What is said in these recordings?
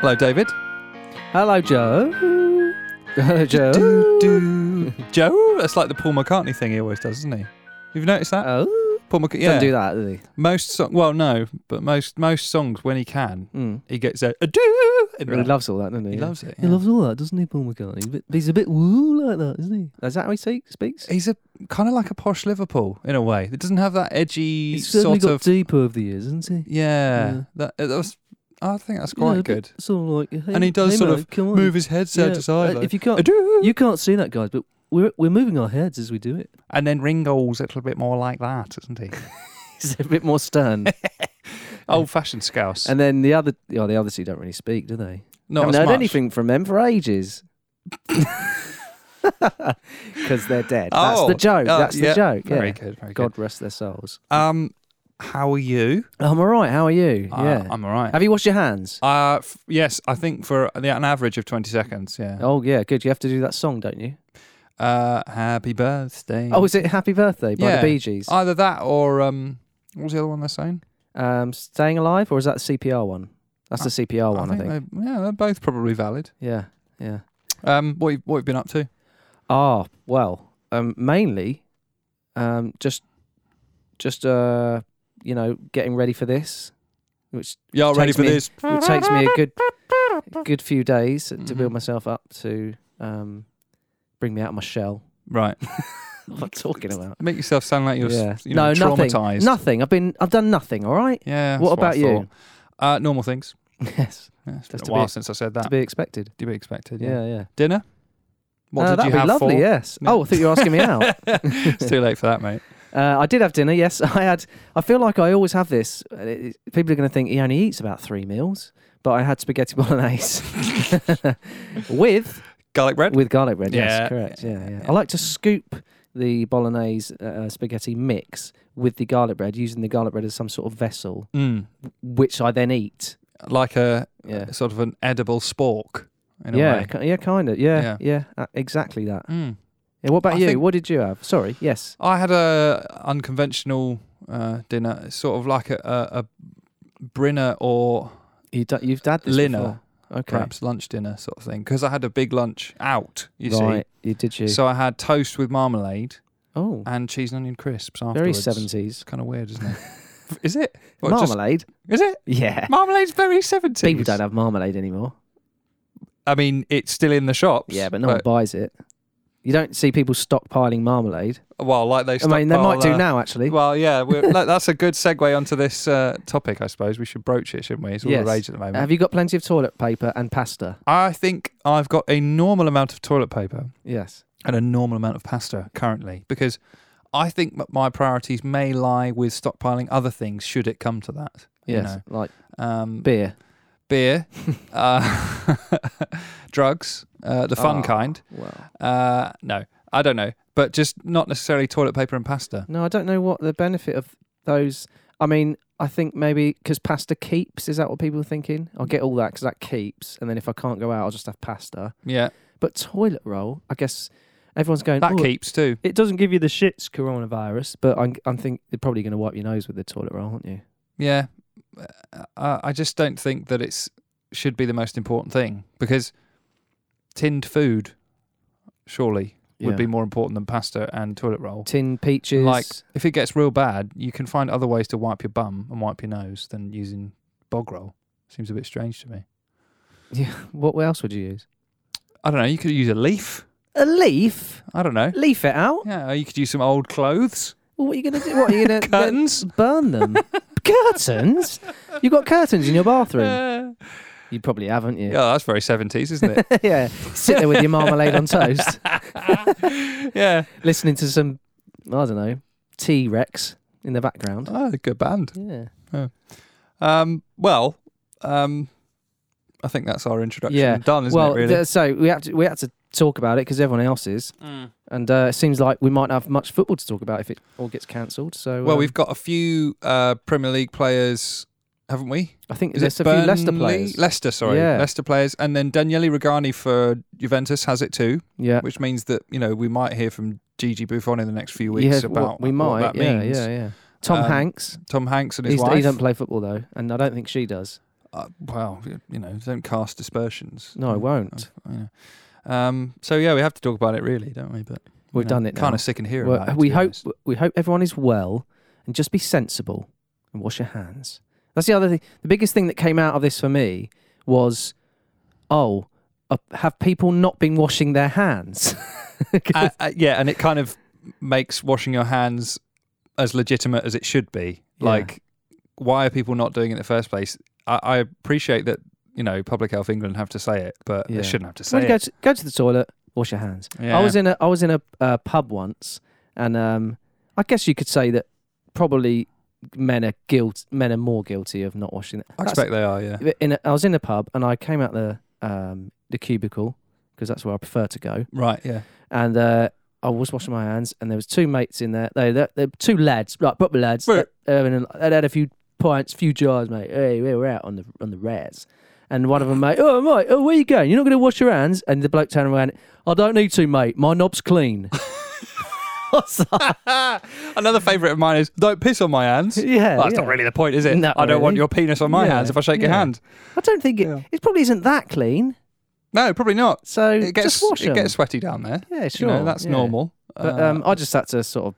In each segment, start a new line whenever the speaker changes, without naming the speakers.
Hello, David.
Hello, Joe. Hello, Joe.
Do, do. Joe? That's like the Paul McCartney thing he always does, isn't he? You've noticed that?
Oh,
Paul McCartney.
don't
Yeah.
do that, do they?
Most song. Well, no, but most most songs when he can,
Mm.
he gets a, a do. in
He
there.
loves all that, doesn't he?
Hmm. He loves it.
He
yeah.
loves all that, doesn't he, Paul McCartney? He's a bit- He's a bit woo like that, isn't he? Is that how he say, speaks?
He's a kind of like a posh Liverpool in a way. It doesn't have that edgy
He's certainly
sort
got
of.
deeper over the years, isn't he? You
yeah,
Yeah.
That, that was. I think that's
know,
quite
a
good.
bit Sort of like, hey,
And he does
hey,
sort
mate,
of
come on.
Move his head side
Yeah,
to side.
uh,
like,
if you can't,
"Ado!"
you can't see that, guys, but we're we're moving our heads as we do it.
and then Ringo's a little bit more like that, isn't he?
He's a bit more stern.
Old fashioned scouse.
and then the other, oh, the others two don't really speak, do they?
Not
haven't
as
heard
much.
anything from them for ages. Because they're dead.
Oh,
That's the joke.
uh,
That's
yeah,
the joke.
Very
yeah.
good. Very
God rest their souls.
good. Um, how are you?
I'm all right. How are you?
Uh,
yeah.
I'm all right.
Have you washed your hands?
Uh, f- yes, I think for the, an average of 20 seconds. Yeah.
Oh yeah, good. You have to do that song, don't you?
Uh, happy birthday.
Oh, is it Happy Birthday by
Yeah.
the Bee Gees?
Either that or um, what was the other one they're saying?
Um, Staying Alive, or is that the CPR one? That's the CPR one, I think.
They, yeah, they're both probably valid.
Yeah, yeah.
Um, what you, what you've been up to?
Ah, well, um, mainly, um, just, just uh, you know, getting ready for this, which
Yeah,
Takes
ready for
me-
this.
it takes me a good good few days to
Mhm.
build myself up to um, bring me out of my shell.
Right,
What am I talking about?
make yourself sound like you're s-
Yeah.
you know,
no, nothing.
traumatized.
Nothing. I've been. I've done nothing. All right.
Yeah. that's
what
I
about you?
thought. Uh, normal things. Yeah, it's
Yes,
been
That's
a
to be-
while since I said that.
to be expected.
to be expected. Yeah.
Yeah, yeah.
Dinner. What
Uh,
did
that'd
you
be
have
lovely.
for?
Yes.
No.
Oh, I thought you were asking me out.
it's too late for that, mate.
Uh, I did have dinner. Yes, I had. I feel like I always have this. Uh, it- it- People are going to think he only eats about three meals, but I had spaghetti bolognese with
Garlic bread.
with garlic bread.
Yeah.
Yes, correct. Yeah, yeah.
Yeah.
I like to scoop the bolognese uh, spaghetti mix with the garlic bread, using the garlic bread as some sort of vessel,
Mm.
which I then eat.
Like a
Yeah,
sort of an edible spork. In A
yeah,
way.
ki- yeah, kind of. Yeah,
Yeah.
yeah, uh, exactly that.
Mm.
Yeah, what about
I
you?
think-
What did you have? Sorry. Yes.
I had a unconventional uh, dinner, sort of like a, a, a Brinner or
You do, you've had this
Lina,
before. Okay.
perhaps lunch dinner sort of thing, because I had a big lunch out. You
right. You did you?
see, so I had toast with marmalade
oh.
and cheese and onion crisps
Very
afterwards.
seventies.
It's kind of weird, isn't it? is it? Or just-
Marmalade.
is it?
Yeah.
Marmalade's very seventies.
People don't have marmalade anymore.
I mean, it's still in the shops.
Yeah, but no one buys it. You don't see people stockpiling marmalade.
well, like they.
I mean, they
stockpile,
might do
uh,
now, eh? actually.
Well, yeah, we're, like, that's a good segue onto this uh, topic, I suppose. We should broach it, shouldn't we? It's all
Yes.
the rage at the moment.
have you got plenty of toilet paper and pasta?
I think I've got a normal amount of toilet paper
Yes.
and a normal amount of pasta currently because I think m- my priorities may lie with stockpiling other things should it come to that. you
Yes.
know.
Like
Um,
beer.
beer, uh, drugs, uh, the fun
Ah,
kind.
Well,
Uh, no, I don't know, but just not necessarily toilet paper and pasta.
no, I don't know what the benefit of those. I mean, I think maybe because pasta keeps. Is that what people are thinking? I'll get all that because that keeps. And then if I can't go out, I'll just have pasta.
Yeah,
But toilet roll, I guess everyone's going.
that
"Oh,
keeps too.
It doesn't give you the shits coronavirus, but I'm I'm think you're probably going to wipe your nose with the toilet roll, aren't you?
Yeah, uh, I just don't think that it's should be the most important thing because tinned food, surely, would
Yeah.
be more important than pasta and toilet roll.
tin peaches.
Like, if it gets real bad, you can find other ways to wipe your bum and wipe your nose than using bog roll. Seems a bit strange to me.
yeah, what else would you use?
I don't know. You could use a leaf.
A leaf.
I don't know.
Leaf it out.
Yeah, or you could use some old clothes,
Well, what are you going to do? What are you going to
curtains.
Burn them. curtains. You got curtains in your bathroom.
Uh,
You probably haven't you?
yeah, that's very seventies, isn't it?
yeah. Sit there with your marmalade on toast,
yeah.
listening to some I don't know T Rex in the background.
Oh, good band.
Yeah.
Um, well, um, I think that's our introduction
Yeah.
done, isn't
well,
it? Really?
th- so we have to we had to talk about it because everyone else is. And uh, it seems like we might not have much football to talk about if it all gets cancelled. So,
Well,
um,
we've got a few uh, Premier League players, haven't we?
I think
Is
there's a
it
few Leicester
Burnley?
players.
Leicester, sorry,
Yeah.
Leicester players, and then Daniele Regani for Juventus has it too,
yeah,
which means that you know we might hear from Gigi Buffon in the next few weeks
yeah, what-
about
we
what
might.
that
yeah,
means.
yeah, yeah. Tom
Um,
Hanks.
Tom Hanks and his
He's,
wife.
he doesn't play football though, and I don't think she does.
uh, well, you know, don't cast dispersions.
No, I won't.
I've- you know. Um, so yeah, we have to talk about it, really, don't we? But you
We've
know,
done it now.
Kind of sick and hear
Well,
about it. to
we
be
hope
honest.
we hope everyone is well and just be sensible and wash your hands. That's the other thing. The biggest thing that came out of this for me was, oh, uh, have people not been washing their hands? 'Cause-
Uh, uh, yeah, and it kind of makes washing your hands as legitimate as it should be.
Yeah.
Like, why are people not doing it in the first place? I, I appreciate that you know Public Health England have to say it, but
Yeah.
they shouldn't have to say
when you go
it.
to, go to the toilet, wash your hands.
Yeah.
I was in a I was in a uh, pub once, and um, I guess you could say that probably men are guilt men are more guilty of not washing.
I
That's-
expect they are. Yeah.
in a, I was in a pub and I came out the um, the cubicle because that's where I prefer to go,
Right. Yeah.
and uh, I was washing my hands, and there was two mates in there. They they they two lads, like proper lads.
Right.
That, um, and they'd had a few pints, few jars, mate. Hey, we were out on the on the rares. And one of them, mate, oh, mate, oh, where you going? You're not going to wash your hands? And the bloke turned around, I don't need to, mate. My knob's clean. I was like,
Another favourite of mine is don't piss on my hands.
yeah,
Well, that's
yeah.
not really the point, is it?
Not
I don't want
really.
your penis on my
Yeah,
hands if I shake your
yeah.
hand.
I don't think it,
Yeah.
it probably isn't that clean.
No, probably not.
So
It gets
just wash
it
'em.
gets sweaty down there.
yeah, sure.
You know, that's
yeah.
normal.
But
Uh,
um, I just had to sort of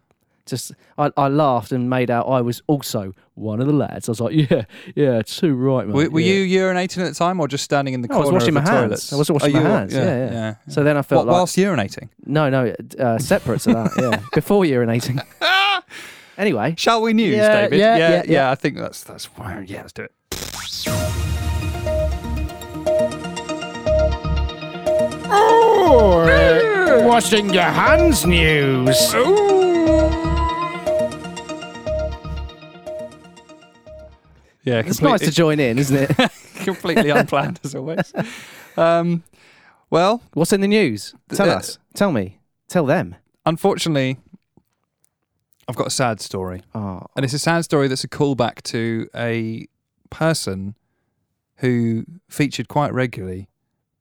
just I, I laughed and made out I was also one of the lads. I was like, yeah, yeah, too right, mate.
Were, were
yeah.
you urinating at the time or just standing in the
No, I was
corner
washing
of the
my hands.
toilets?
I was washing
Oh,
my
you were-
hands. Yeah, yeah.
yeah.
So then I
What,
felt like
whilst urinating?
no, no, uh, separate to that, yeah. Before urinating. anyway,
Shall we news,
Yeah,
David?
yeah,
yeah,
yeah, yeah.
I think that's that's why. Yeah, let's do it.
Washing your hands news.
Yeah,
it's nice to
completely,
join in, isn't it?
completely unplanned as always. Um, well,
What's in the news? Tell
Uh,
us. Tell me. Tell them.
unfortunately, I've got a sad story.
Oh,
And it's a sad story that's a callback to a person who featured quite regularly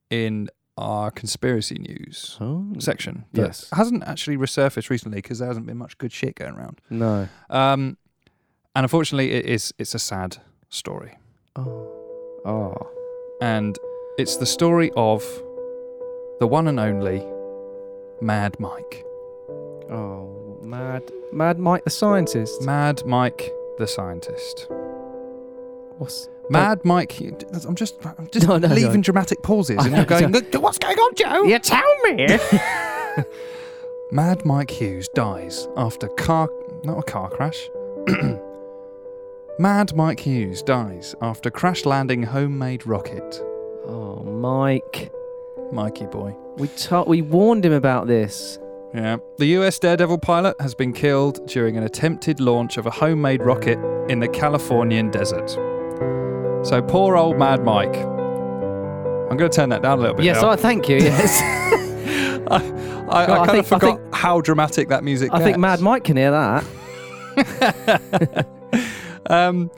in our conspiracy news
oh,
section. that
Yes.
Hasn't actually resurfaced recently because there hasn't been much good shit going around.
no.
Um, and unfortunately, it is, it's a sad story.
Oh, oh,
And it's the story of the one and only Mad Mike.
oh, mad, mad Mike the scientist.
Mad Mike the scientist.
What's
Mad Mike, you- I'm just, I'm just
No, no, no.
leaving dramatic pauses, and you're going, "Look, "What's going on, Joe?"
You tell me.
Mad Mike Hughes dies after car, not a car crash. Mad Mike Hughes dies after crash landing homemade rocket.
oh, Mike?
Mikey boy.
We ta- we warned him about this.
Yeah. The US Daredevil pilot has been killed during an attempted launch of a homemade rocket in the Californian desert. So poor old Mad Mike. I'm going to turn that down a little bit.
yes,
now.
I thank you. Yes,
I, I,
God, I
I kind
think- I
of forgot how dramatic that music.
I think
gets.
Mad Mike can hear that.
Um,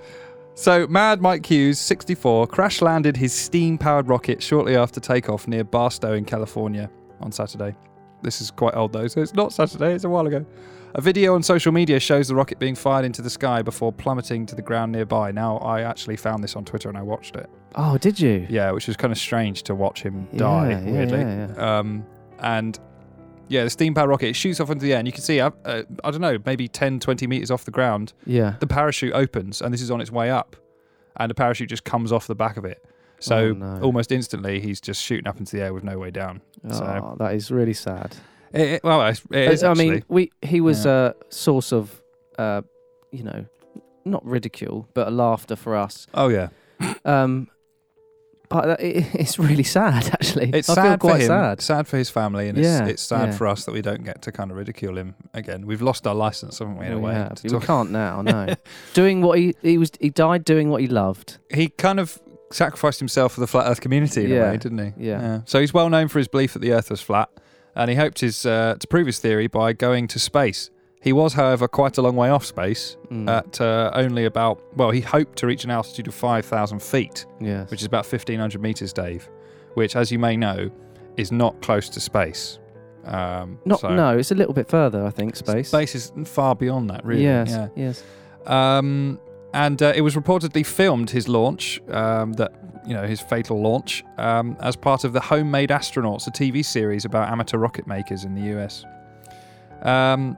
so Mad Mike Hughes, 64, crash landed his steam-powered rocket shortly after takeoff near Barstow in California on Saturday. This is quite old though, so it's not Saturday. It's a while ago. A video on social media shows the rocket being fired into the sky before plummeting to the ground nearby. Now I actually found this on Twitter and I watched it.
Oh, did you?
Yeah, which was kind of strange to watch him
Yeah,
die.
yeah,
weirdly.
yeah,
Um, and yeah, the steam powered rocket it shoots off into the air, and you can see, uh, uh, I don't know, maybe 10, 20 meters off the ground,
Yeah.
the parachute opens, and this is on its way up, and the parachute just comes off the back of it. So
Oh, no.
almost instantly, he's just shooting up into the air with no way down. So
Oh, that is really sad.
it, it- well, it's- it is
I
actually.
mean, we he was
Yeah.
a source of, uh, you know, not ridicule but laughter for us.
oh yeah,
Um, but that- it, it's really sad, actually.
it's
I
sad
feel quite
for him,
sad.
sad for his family, and
Yeah,
it's, it's sad
yeah.
for us that we don't get to kind of ridicule him again. We've lost our license, haven't we? In a
We
way,
have.
to
we
talk-
can't now. No, doing what he he was he died doing what he loved.
he kind of sacrificed himself for the flat Earth community in a
Yeah.
way, didn't he?
Yeah.
So he's well known for his belief that the Earth was flat, and he hoped his uh, to prove his theory by going to space. He was, however, quite a long way off space
Mm.
at uh, only about well, he hoped to reach an altitude of five thousand feet,
yes.
which is about fifteen hundred meters, Dave, which, as you may know, is not close to space. Um,
not
so
no. It's a little bit further, I think. Space.
Space is far beyond that, really.
Yes.
Yeah.
Yes.
Um, and uh, it was reportedly filmed his launch, um, that you know his fatal launch, um, as part of the Homemade Astronauts, a TV series about amateur rocket makers in the U.S. Um,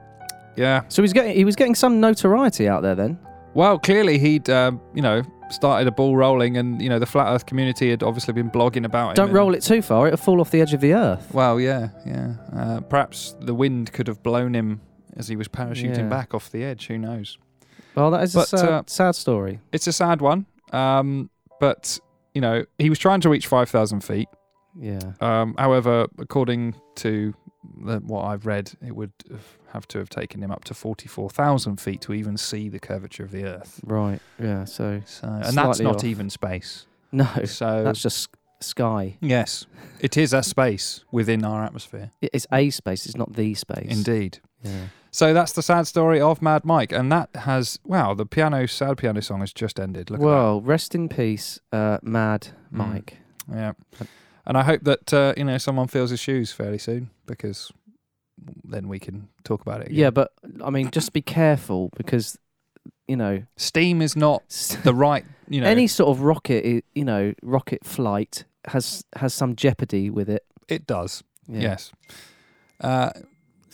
yeah,
So he's getting he was getting some notoriety out there then.
well, clearly he'd um, you know started a ball rolling, and you know the flat Earth community had obviously been blogging about him.
Don't
and-
roll it too far; it'll fall off the edge of the earth.
Well, yeah, yeah. Uh, perhaps the wind could have blown him as he was parachuting
Yeah.
back off the edge. Who knows?
Well, that is a
But,
sad,
uh,
sad story.
It's a sad one, um, but you know he was trying to reach five thousand feet.
Yeah.
Um, however, according to the, what I've read, it would have- have to have taken him up to forty-four thousand feet to even see the curvature of the Earth.
Right. Yeah. So
So, and that's
Slightly
not
off.
even space.
no,
So
that's just sky.
yes, it is a space within our atmosphere.
It- It's a space. It's not the space.
Indeed.
Yeah.
So that's the sad story of Mad Mike, and that has wow. The piano, sad piano song has just ended. Look
Well, rest in peace, uh, Mad
Mm.
Mike.
at that. Yeah, and I hope that uh, you know someone feels his shoes fairly soon because then we can talk about it. Again.
Yeah, but I mean, just be careful because you know,
Steam is not the right. You know,
any sort of rocket, i- you know, rocket flight has has some jeopardy with it.
it does.
Yeah.
Yes. Uh,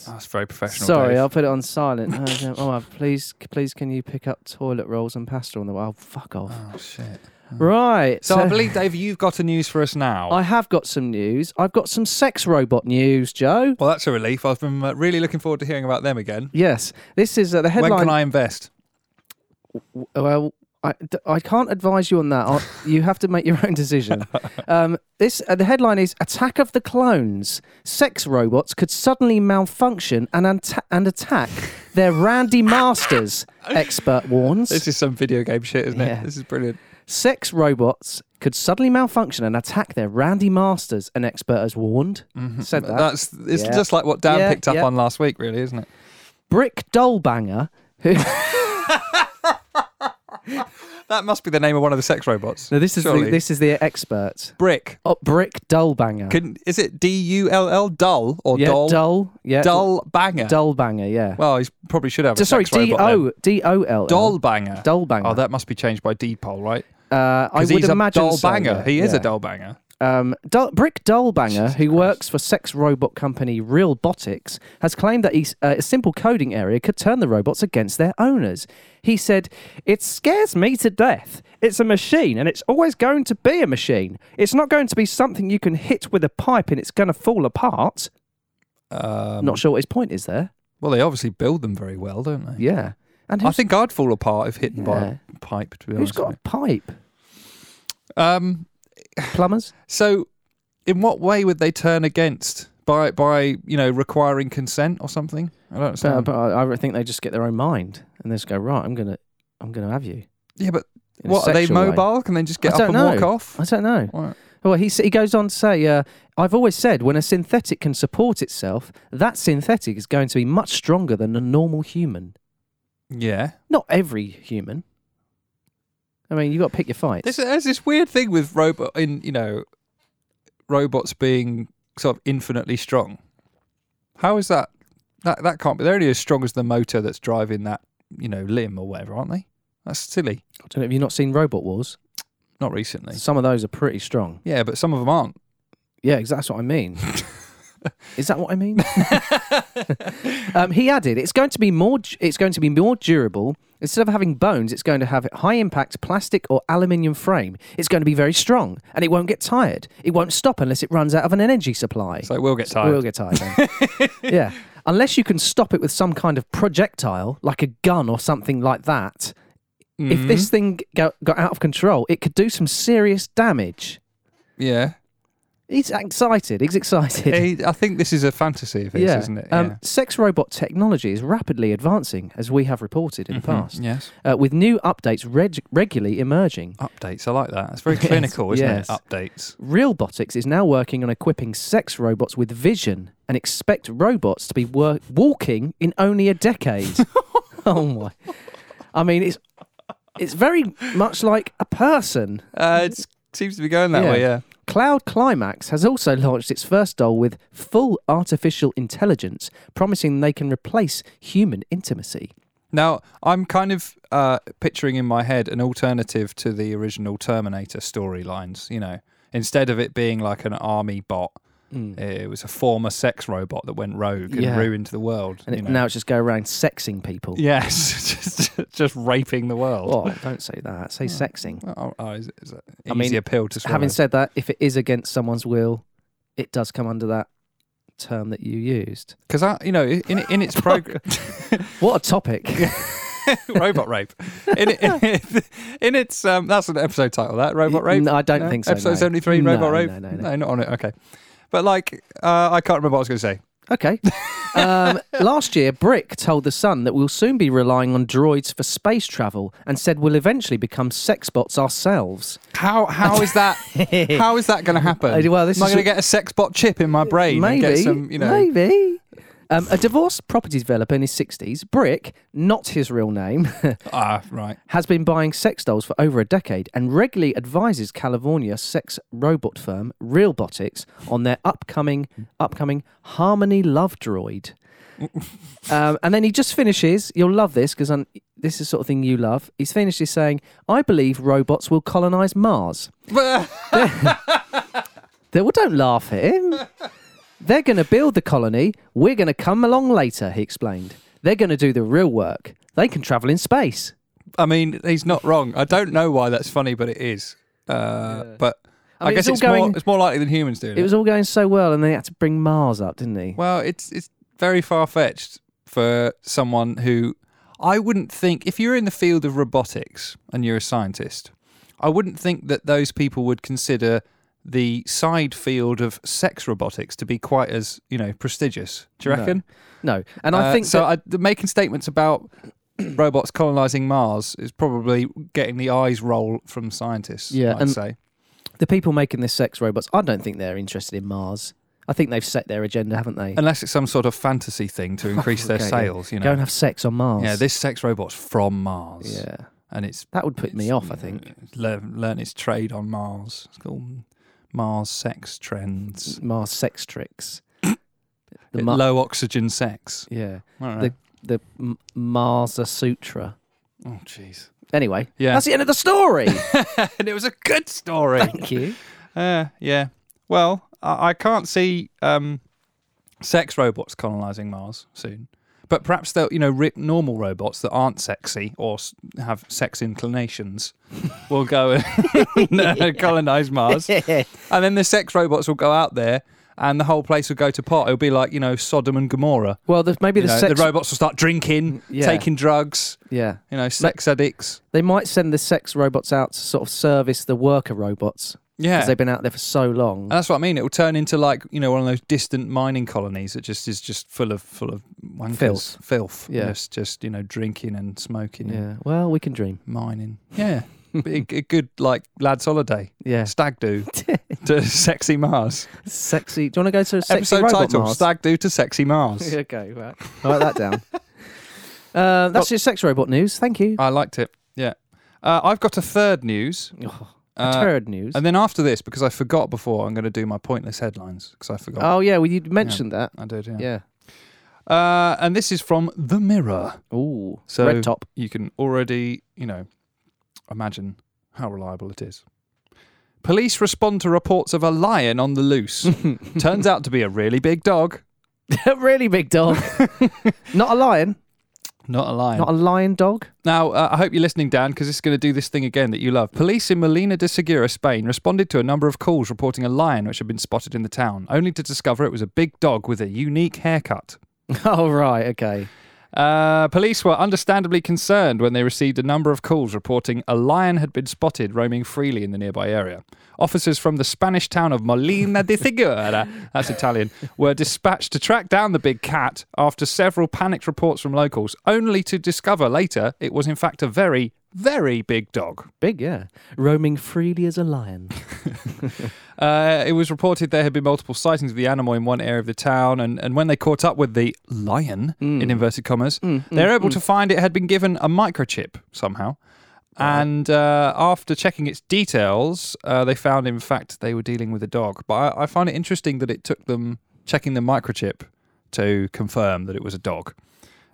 that's very professional.
Sorry,
Dave.
I'll put it on silent. No, no. oh, uh, please, please, can you pick up toilet rolls and pasta on the way? Oh, fuck off.
Oh shit.
Right.
So, I believe Dave, you've got a news for us now.
I have got some news. I've got some sex robot news, Joe.
well, that's a relief. I've been uh, really looking forward to hearing about them again.
Yes, this is uh, the headline.
When can I invest?
W- Well, I, d- I can't advise you on that. I'll- you have to make your own decision. Um, this uh, the headline is Attack of the Clones. Sex robots could suddenly malfunction and anta- and attack their Randy Masters. Expert warns.
This is some video game shit, isn't
Yeah.
it? This is brilliant.
Sex robots could suddenly malfunction and attack their Randy Masters. An expert has warned. Said that.
Mm-hmm. That's it's
Yeah.
just like what Dan
Yeah,
picked up
yeah.
on last week, really, isn't it?
Brick Dollbanger. Who?
That must be the name of one of the sex robots.
No, this is the,
Surely.
this is the expert.
brick.
Oh, brick dull banger.
Can is it D U L L dull or
yeah,
doll?
dull. Yeah,
Dull banger.
dull banger. Yeah.
Well, he probably should have.
D-
a
sorry,
sex
D
robot then.
O D O L.
Doll banger.
Dull banger.
Oh, that must be changed by Depol, right?
uh, I would
Because he's a
imagine
doll
so,
banger.
yeah,
He is
yeah.
a doll banger.
Um, Dull- Brick Dollbanger, who works for sex robot company Real Botics, has claimed that he's, uh, a simple coding area could turn the robots against their owners. He said, It scares me to death. It's a machine, and it's always going to be a machine. It's not going to be something you can hit with a pipe and it's going to fall apart.
Um,
not sure what his point is there.
Well, they obviously build them very well, don't they?
Yeah. And
I
who's,
think I'd fall apart if hit by
Yeah.
a pipe. To be
who's
honest,
got a
with
pipe?
you. Um,
Plumbers?
so, in what way would they turn against by by you know requiring consent or something? I don't
So,
understand.
Uh, but I, I think they just get their own mind and they just go, Right, I'm going to I'm gonna have you.
yeah, but
in a
What are they
sexual way.
mobile? Can they just get
I
up
don't
and walk
know.
off?
I don't know.
What?
Well, he, s- he goes on to say, uh, I've always said when a synthetic can support itself, that synthetic is going to be much stronger than a normal human.
Yeah.
Not every human. I mean, you've got to pick your fights.
There's, there's this weird thing with robot in you know robots being sort of infinitely strong. How is that? That that can't be. They're only as strong as the motor that's driving that you know limb or whatever, aren't they? That's silly.
I don't know, have you not seen Robot Wars?
Not recently.
Some of those are pretty strong.
Yeah, but some of them aren't.
Yeah, exactly. That's what I mean. Is that what I mean? um, he added, "It's going to be more. du- It's going to be more durable. Instead of having bones, it's going to have high impact plastic or aluminium frame. It's going to be very strong, and it won't get tired. It won't stop unless it runs out of an energy supply.
So we'll get tired.
We'll get tired. then. yeah, unless you can stop it with some kind of projectile, like a gun or something like that.
Mm-hmm. Mm,
If this thing go, got out of control, it could do some serious damage."
yeah.
He's excited. He's excited.
Hey, I think this is a fantasy of his, isn't it?
Um, sex robot technology is rapidly advancing, as we have reported in the
Mm-hmm.
past,
Yes.
uh, with new updates reg- regularly emerging.
Updates. I like that. It's very
Yes,
clinical, isn't
yes.
it? Updates.
Realbotics is now working on equipping sex robots with vision and expect robots to be wor- walking in only a decade. oh my! I mean, it's it's very much like a person.
Uh, it seems to be going that
Yeah.
way. Yeah.
Cloud Climax has also launched its first doll with full artificial intelligence, promising they can replace human intimacy.
Now, I'm kind of uh, picturing in my head an alternative to the original Terminator storylines. You know, instead of it being like an army bot,
Hmm.
it was a former sex robot that went rogue and
Yeah.
ruined the world.
And
you
it,
know.
now it's just go around sexing people.
yes, just, just raping the world.
Oh, don't say that. Say sexing.
Oh, oh, is, is that
I
easy
mean,
appeal to swallow?
Having said that, if it is against someone's will, it does come under that term that you used.
because I, you know, in in its program,
What a topic.
robot rape. In, it- in, it- in its um, that's an episode title. That robot rape.
No, I don't
No?
think so.
Episode
no.
seventy three,
No,
robot rape.
No, no, no.
not on it. Okay, but like uh, I can't remember what I was going to say.
Okay. um, last year, Brick told The Sun that we'll soon be relying on droids for space travel and said we'll eventually become sex bots ourselves.
How how is that? how is that going to happen?
Uh, well, this
Am I
is-
going to get a sex bot chip in my brain and
maybe.
get some? You know,
Maybe. Um, a divorced property developer in his 60s, Brick, not his real name,
ah, right.
has been buying sex dolls for over a decade and regularly advises California sex robot firm Realbotics on their upcoming upcoming Harmony Love Droid. um, and then he just finishes. You'll love this because this is the sort of thing you love. He's finishes saying, "I believe robots will colonize Mars."
uh,
They- well, don't laugh at him. They're going to build the colony. We're going to come along later. He explained. They're going to do the real work. They can travel in space.
I mean, he's not wrong. I don't know why that's funny, but it is. Uh, But I,
mean,
guess
it's all
it's more
going-
it's more likely than humans doing it.
It was all going so well, and they had to bring Mars up, didn't he?
Well, it's it's very far fetched for someone who I wouldn't think if you're in the field of robotics and you're a scientist, I wouldn't think that those people would consider the side field of sex robotics to be quite as you know prestigious. Do you reckon?
No, and I
Uh,
think
so.
that-
I, the- making statements about robots colonizing Mars is probably getting the eyes roll from scientists.
Yeah,
I'd
and-
say.
the people making the sex robots, I don't think they're interested in Mars. I think they've set their agenda, haven't they?
Unless it's some sort of fantasy thing to increase their
Oh, Okay, yeah.
sales, you
Go
know.
and have sex on Mars.
Yeah, this sex robot's from Mars.
Yeah,
and it's
that would put me
It's-
off. I think
learn, learn its trade on Mars. It's called Mars Sex Trends.
Mars sex tricks. the
It-
Ma-
Low oxygen sex.
yeah,
I don't know.
the the M- Marsa Sutra.
oh, jeez.
Anyway,
Yeah.
that's the end of the story.
and it was a good story.
Thank you.
uh, yeah. Well, I, I can't see um, sex robots colonizing Mars soon. But perhaps they'll, you know, ri normal robots that aren't sexy or s- have sex inclinations will go and uh, colonize Mars. And then the sex robots will go out there and the whole place will go to pot. It'll be like, you know, Sodom and Gomorrah.
Well, the, maybe
You
the
know,
sex. Mm,
the robots will start drinking,
yeah.
taking drugs,
yeah,
you know, sex addicts.
they might send the sex robots out to sort of service the worker robots because
Yeah. Uh,
they've been out there for so long.
and that's what I mean. It will turn into like you know one of those distant mining colonies that just is just full of full of wankers,
Filth.
filth.
Yeah.
Just, just you know drinking and smoking, and
yeah. Well, we can dream.
mining. Yeah, Be a, a good like lads holiday,
Yeah.
stag do to sexy Mars.
Sexy. Do you want to go to sexy
Episode
robot
title:
Mars?
Stag do to sexy Mars.
okay, right. Write that down. Uh, that's your sex robot news. Thank you.
I liked it. Yeah, uh, I've got a third news.
Oh,
Uh,
turd news.
and then after this, because I forgot before, I'm going to do my pointless headlines because I forgot.
Oh yeah, well you mentioned that.
I did,
Oh. Yeah.
Uh, and this is from The Mirror.
Ooh.
So-
red top.
You can already, you know, imagine how reliable it is. Police respond to reports of a lion on the loose. Turns out to be a really big dog.
really big dog. Not a lion.
Not a lion.
Not a lion dog.
Now, uh, I hope you're listening, Dan, because this is going to do this thing again that you love. Police in Molina de Segura, Spain, responded to a number of calls reporting a lion which had been spotted in the town, only to discover it was a big dog with a unique haircut.
oh right. Okay.
Uh, police were understandably concerned when they received a number of calls reporting a lion had been spotted roaming freely in the nearby area. Officers from the Spanish town of Molina de Segura, that's Italian, were dispatched to track down the big cat after several panicked reports from locals, only to discover later it was in fact a very, very big dog.
Big. Yeah. Roaming freely as a lion.
Uh, it was reported there had been multiple sightings of the animal in one area of the town, and, and when they caught up with the lion,
Mm.
in inverted commas, they were able to find it had been given a microchip somehow. And uh, after checking its details, uh, they found, in fact, they were dealing with a dog. But I, I find it interesting that it took them checking the microchip to confirm that it was a dog.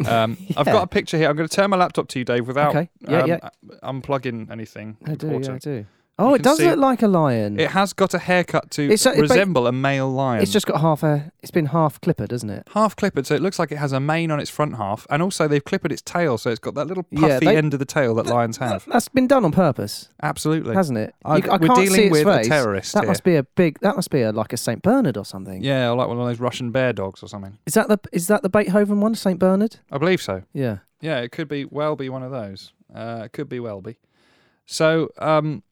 Um, I've got a picture here. I'm going to turn my laptop to you, Dave, without
Okay. Yeah,
um,
yeah.
unplugging anything.
I do, yeah, I
important.
do. Oh, it
can
does
see-
look like a lion.
It has got a haircut to
It's a- it ba-
resemble a male lion.
it's just got half a. It's been half clippered, isn't it?
half clippered, so it looks like it has a mane on its front half, and also they've clippered its tail, so it's got that little puffy
Yeah, they-
end of the tail that lions have.
That's been done on purpose,
Absolutely.
hasn't it?
I-
You- I
we're
can't
dealing
see its
with
face.
a terrorist
That
here.
must be a big. That must be a like a Saint Bernard or something.
yeah, or like one of those Russian bear dogs or something.
Is that the is that the Beethoven one, Saint Bernard?
I believe so.
Yeah.
Yeah, it could be well be one of those. Uh, it could be well be. So um,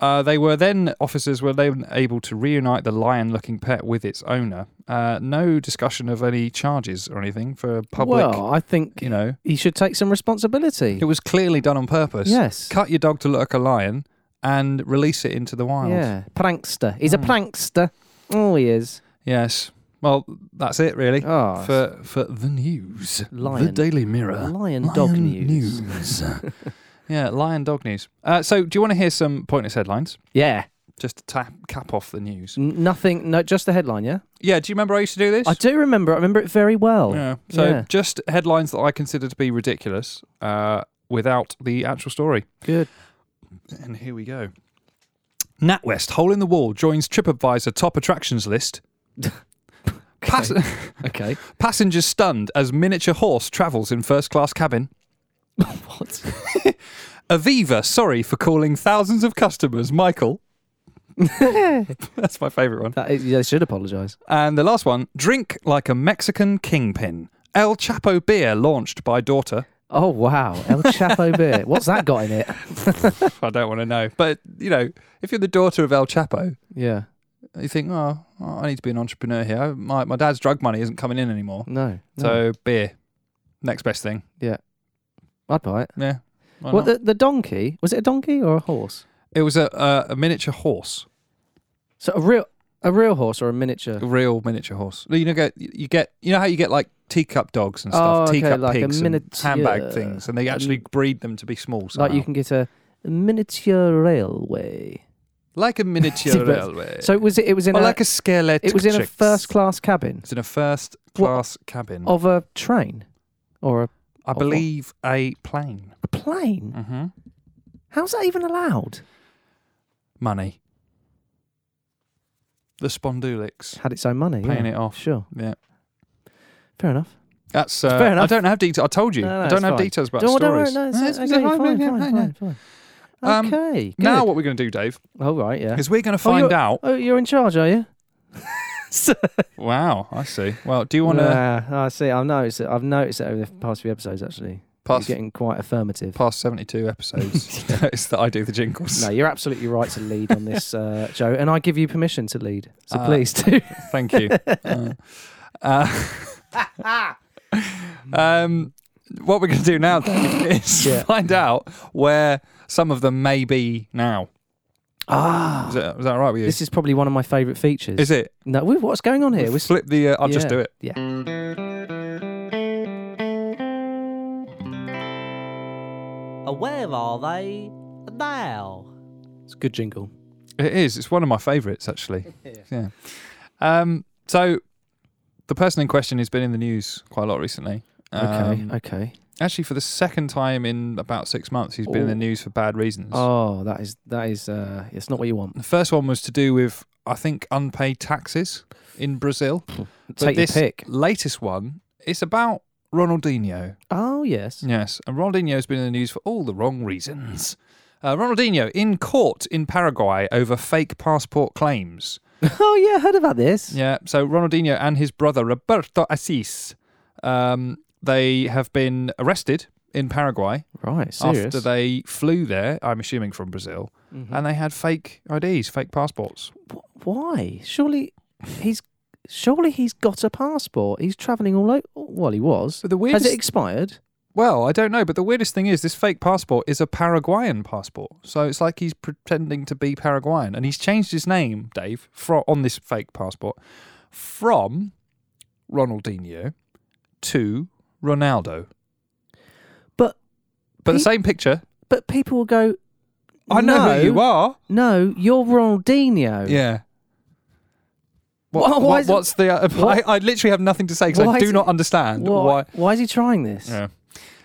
uh, they were then officers were then able to reunite the lion-looking pet with its owner. Uh, no discussion of any charges or anything for public.
Well, I think
you know,
he should take some responsibility.
it was clearly done on purpose.
Yes.
cut your dog to look like a lion and release it into the wild.
Yeah. Prankster. He's
Mm.
a prankster. Oh, he is.
Yes. Well, that's it really
Oh,
for for the news. The
Lion.
Daily Mirror.
lion dog
Lion
news.
news. yeah, lion dog news. Uh, so, do you want to hear some pointless headlines?
Yeah.
Just to tap, cap off the news.
N- Nothing. No, just the headline. Yeah.
Yeah, do you remember I used to do this?
I do remember. I remember it very well.
Yeah. So,
Yeah.
just headlines that I consider to be ridiculous uh, without the actual story.
Good.
And here we go. NatWest Hole in the Wall joins TripAdvisor top attractions list. Pass-
Okay.
passengers stunned as miniature horse travels in first class cabin.
what?
Aviva, sorry for calling thousands of customers Michael. That's my favourite one.
That is, they should apologise.
And the last one drink like a Mexican kingpin. El Chapo beer launched by daughter.
Oh wow, El Chapo beer. What's that got in it?
I don't want to know. But, you know, if you're the daughter of El Chapo,
Yeah.
you think, oh, I need to be an entrepreneur here. My, my dad's drug money isn't coming in anymore.
No. no.
So, beer. Next best thing.
I'd buy it.
Yeah. why
What
not?
the, the donkey? Was it a donkey or a horse?
it was a, a, a miniature horse,
So a real a real horse or a miniature?
a real miniature horse. You know, get you get you know how you get like teacup dogs and
Oh,
stuff,
okay,
teacup
like a
pigs, and
miniature-
handbag things, and they actually breed them to be small.
Like
somehow.
you can get a miniature railway.
like a miniature
But-
railway.
So was it? It was in
or
a
Uh, like a skeleton.
it was in a first class cabin
It's in a first class cabin.
of a train or a,
I
oh, what?
believe a plane.
a plane.
Mm-hmm.
How's that even allowed?
Money. The Spondulix
Had its own money.
paying
yeah.
it off.
Sure.
Yeah,
Fair enough.
that's uh,
fair
I
enough.
don't have details. I told you,
No, no,
I don't
it's
have
fine.
details about
Don't- don't worry,
stories.
no, it's-
No,
okay,
it's fine,
fine,
yeah,
fine,
no, no.
fine, fine.
Um,
Okay.
Now,
good.
what we're going to do, Dave,
Oh right, yeah.
is we're going to
Oh,
find
you're-
out.
Oh, you're in charge, are you?
Wow, I see. Well, do you want to
Nah, I see. I've noticed it. I've noticed it over the past few episodes. Actually,
pass
you're getting quite affirmative.
past seventy-two episodes? Notice that I do the jingles.
no, you're absolutely right to lead on this, uh, Joe, and I give you permission to lead. So
Uh,
please do.
Thank you. Uh, uh, um, what we're going to do now Dave, is
Yeah.
find out where some of them may be now.
ah,
Is that, is that right with you?
this is probably one of my favourite features.
is it?
No, we- what's going on here? We're
Flip the. Uh, I'll just
Yeah.
do it.
Yeah.
Uh, Where are they now?
It's a good jingle.
It is. It's one of my favourites actually. yeah. Um. So, the person in question has been in the news quite a lot recently.
Okay.
Um,
okay.
Actually, for the second time in about six months, he's been in the
Oh.
news for bad reasons.
Oh, that is that is. Uh, it's not what you want.
The first one was to do with, I think, unpaid taxes in Brazil. But
Take your
this
pick.
latest one, it's about Ronaldinho.
Oh yes.
Yes, and Ronaldinho's been in the news for all the wrong reasons. Uh, Ronaldinho in court in Paraguay over fake passport claims.
Oh yeah, I heard about this.
Yeah, so Ronaldinho and his brother Roberto Assis, um, they have been arrested in Paraguay
Right. Serious. Mm-hmm.
after they flew there. I'm assuming from Brazil, and they had fake IDs, fake passports.
Wh- Why? Surely he's surely he's got a passport. He's travelling all over. Well, he was.
But the
Has
weirdest
it expired?
Well, I don't know, but the weirdest thing is this fake passport is a Paraguayan passport. So it's like he's pretending to be Paraguayan, and he's changed his name, Dave, fro- on this fake passport from Ronaldinho to Ronaldo.
But
But the
He-
same picture.
but people will go.
I know
no,
who you are.
No, you're Ronaldinho.
Yeah. What,
Why- why
what-
is it-
what's the? Uh, I, I literally have nothing to say because I
Why
do
is
not
it-
understand why.
Why, why is he trying this?
Yeah.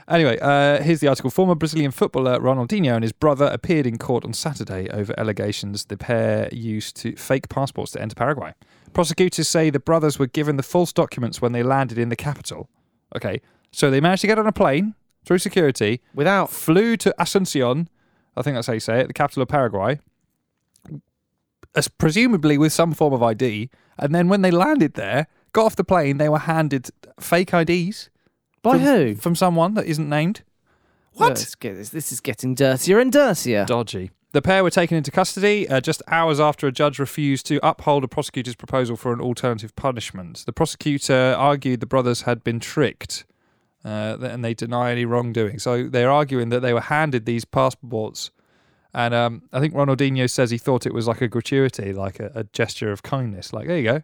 Anyway, uh, here's the article. Former Brazilian footballer Ronaldinho and his brother appeared in court on Saturday over allegations the pair used to fake passports to enter Paraguay. Prosecutors say the brothers were given the false documents when they landed in the capital. Okay, so they managed to get on a plane through security,
Without
flew to Asuncion, I think that's how you say it, the capital of Paraguay, as presumably with some form of ID. And then when they landed there, got off the plane, they were handed fake IDs
by
from,
who?
From someone that isn't named.
What? this, this is getting dirtier and dirtier.
Dodgy. The pair were taken into custody uh, just hours after a judge refused to uphold a prosecutor's proposal for an alternative punishment. The prosecutor argued the brothers had been tricked uh, th- and they deny any wrongdoing. So they're arguing that they were handed these passports. And um, I think Ronaldinho says he thought it was like a gratuity, like a, a gesture of kindness. Like, there you go.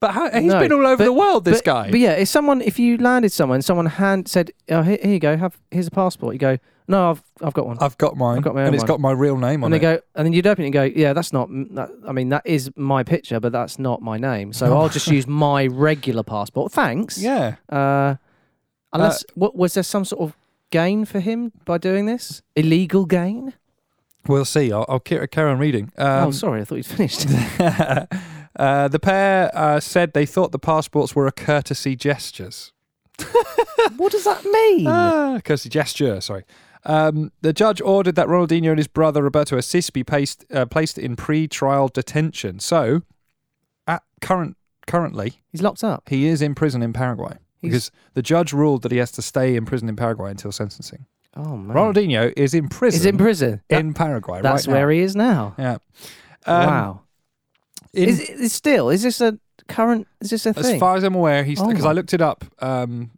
But how, he's
No,
been all over
but-
the world, this
but,
guy.
But yeah, if someone, if you landed someone, someone hand said, "Oh, here, here you go. Have here's a passport." You go, "No, I've I've got one."
I've got mine,
I've got my own
and it's
one.
got my real name on
and they
it.
go, and then you'd open it and go, "Yeah, that's not. m- That, I mean, that is my picture, but that's not my name. So I'll just use my regular passport. Thanks."
yeah. Uh,
Uh, unless, what was there some sort of gain for him by doing this? Illegal gain?
We'll see. I'll, I'll ca- carry on reading.
oh,
Um,
sorry, I thought you'd finished. Oh.
uh, the pair uh, said they thought the passports were a courtesy gestures.
what does that mean?
Ah, courtesy gesture, sorry. Um, the judge ordered that Ronaldinho and his brother Roberto Assis be placed, uh, placed in pre-trial detention. So, at current currently,
He's locked up.
he is in prison in Paraguay because the judge ruled that he has to stay in prison in Paraguay until sentencing.
Oh man,
Ronaldinho is in prison.
he's in prison.
in Paraguay.
that's
right
where he is now.
Now. Yeah. Um,
wow.
in-
is it is still? Is this a current? Is this a
As
thing?
far as I'm aware, he's
Oh
because
my-
I looked it up. Um,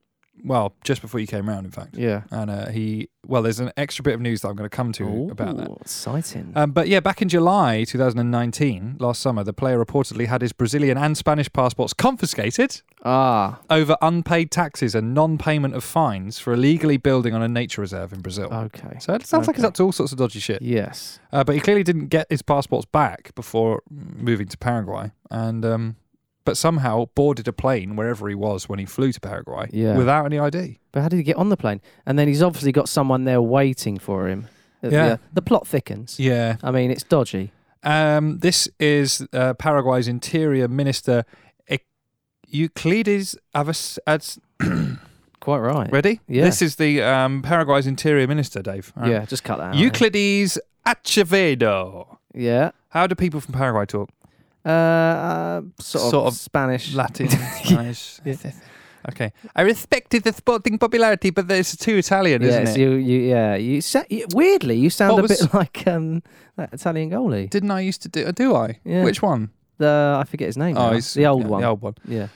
well, just before you came round, in fact.
yeah.
And uh, he, well, there's an extra bit of news that I'm going to come to about that.
Ooh, Exciting.
Um, but yeah, back in July 2019, last summer, the player reportedly had his Brazilian and Spanish passports confiscated
ah.
over unpaid taxes and non-payment of fines for illegally building on a nature reserve in Brazil.
Okay.
so it sounds like he's
Oh, okay.
up to all sorts of dodgy shit.
Yes.
Uh, but he clearly didn't get his passports back before moving to Paraguay, and um, but somehow boarded a plane wherever he was when he flew to Paraguay
Yeah.
without any ID.
But how did he get on the plane? And then he's obviously got someone there waiting for him. Uh,
Yeah.
The plot thickens.
Yeah,
I mean, it's dodgy.
um, this is uh, Paraguay's Interior Minister E- Euclides Aves. Ads-
Quite right.
ready?
Yeah.
This is the um, Paraguay's Interior Minister, Dave. All right.
Yeah. Just cut that out.
Euclides Acevedo.
Yeah.
How do people from Paraguay talk?
Uh, uh, sort, of
Sort of
Spanish.
Latin, Spanish. Okay. I respected the sporting popularity, but it's too Italian,
yeah,
isn't
so
it?
you, you, yeah, you, sa- you weirdly, you sound
What
a
was-
bit like um, that Italian goalie.
Didn't I used to do? Do I?
Yeah.
Which one? Oh,
The I forget his name. now.
it's-
the old
yeah,
one.
The old one.
Yeah,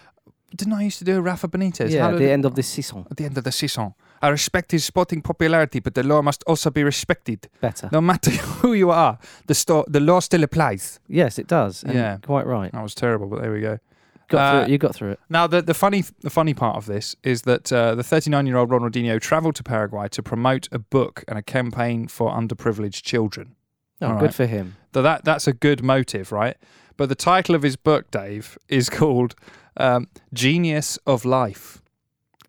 Didn't I used to do Rafa Benitez?
yeah.
How
At
did-
the end of this season,
at the end of the season. I respect his sporting popularity, but the law must also be respected.
better.
No matter who you are, the sto- the law still applies.
Yes, it does. and
Yeah.
quite right.
That was terrible, but there we go.
Got
Uh,
through it. You got through it. Oh,
Now, the, the funny the funny part of this is that uh, the 39 year old Ronaldinho travelled to Paraguay to promote a book and a campaign for underprivileged children.
Oh,
all
good
right.
for him.
So that that's a good motive, right? But the title of his book, Dave, is called um, "Genius of Life,"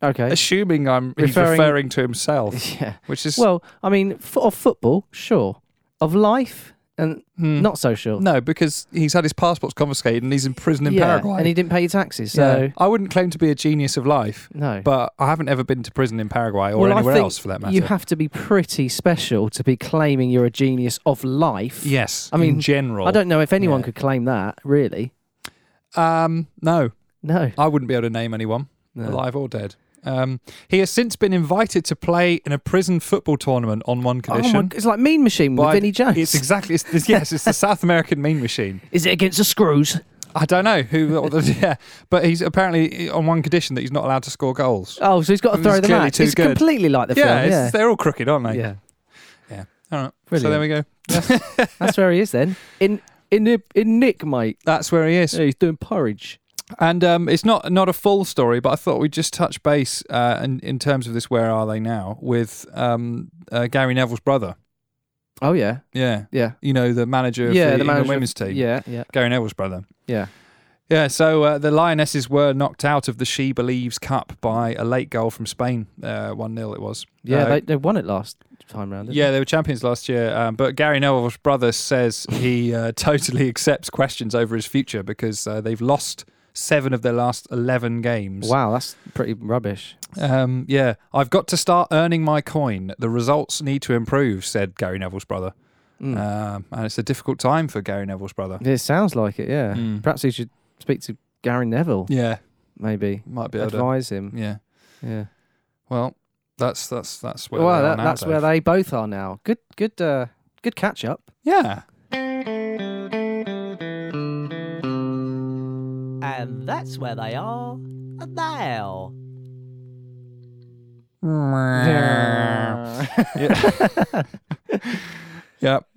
Okay.
assuming I'm he's
Referring-
referring to himself,
yeah.
which is
Well, I mean, f- of football, sure. Of life, and
hmm.
not so sure.
no, because he's had his passports confiscated and he's in prison in
yeah,
Paraguay.
and he didn't pay your taxes, so
Yeah. I wouldn't claim to be a genius of life,
no.
but I haven't ever been to prison in Paraguay or
Well, I
anywhere
think
else for that matter.
you have to be pretty special to be claiming you're a genius of life.
yes,
I
in
mean,
general,
I don't know if anyone
Yeah.
could claim that, really.
Um, no,
No.
I wouldn't be able to name anyone.
No.
alive or dead. Um, he has since been invited to play in a prison football tournament on one
Oh my,
condition.
g- it's like Mean Machine with
By-
Vinnie Jones.
It's exactly it's, it's- yes, it's the South American mean machine.
Is it against the screws?
I don't know who, what the- yeah, but he's apparently on one condition that he's not allowed to score goals.
Oh, so he's got to
It's
throw them
clearly
out.
too
It's
good.
completely like the
yeah,
film.
it's,
Yeah.
they're all crooked, aren't they?
yeah.
All right. So
Brilliant.
there we go.
That's where he is then. In in in Nick, mate.
That's where he is.
Yeah, he's doing porridge.
And um, it's not not a full story, but I thought we'd just touch base uh, in, in terms of this. Where are they now with um, uh, Gary Neville's brother?
Oh yeah,
Yeah,
yeah,
you know the manager of
yeah.
the, England
manager of-
women's team.
Yeah, yeah,
Gary Neville's brother.
yeah.
Yeah, so uh, the Lionesses were knocked out of the She Believes Cup by a late goal from Spain, uh, one 0 it was.
Yeah,
Uh,
they, they won it last time round. didn't
yeah, they were champions last year. Um, but Gary Neville's brother says he uh, totally accepts questions over his future because uh, they've lost seven of their last eleven
they?
games.
Wow, that's pretty rubbish.
Um, yeah, I've got to start earning my coin. The results need to improve," said Gary Neville's brother.
Mm.
Um, and it's a difficult time for Gary Neville's brother.
It sounds like it. Yeah,
Mm.
perhaps he should speak to Gary Neville.
Yeah,
Maybe
might be able to.
advise him.
Yeah.
Yeah.
Well, that's that's that's where.
well,
they are
that,
now,
that's
Dave.
where they both are now. Good, good, uh, good catch up.
Yeah.
And that's where they are now.
Yeah.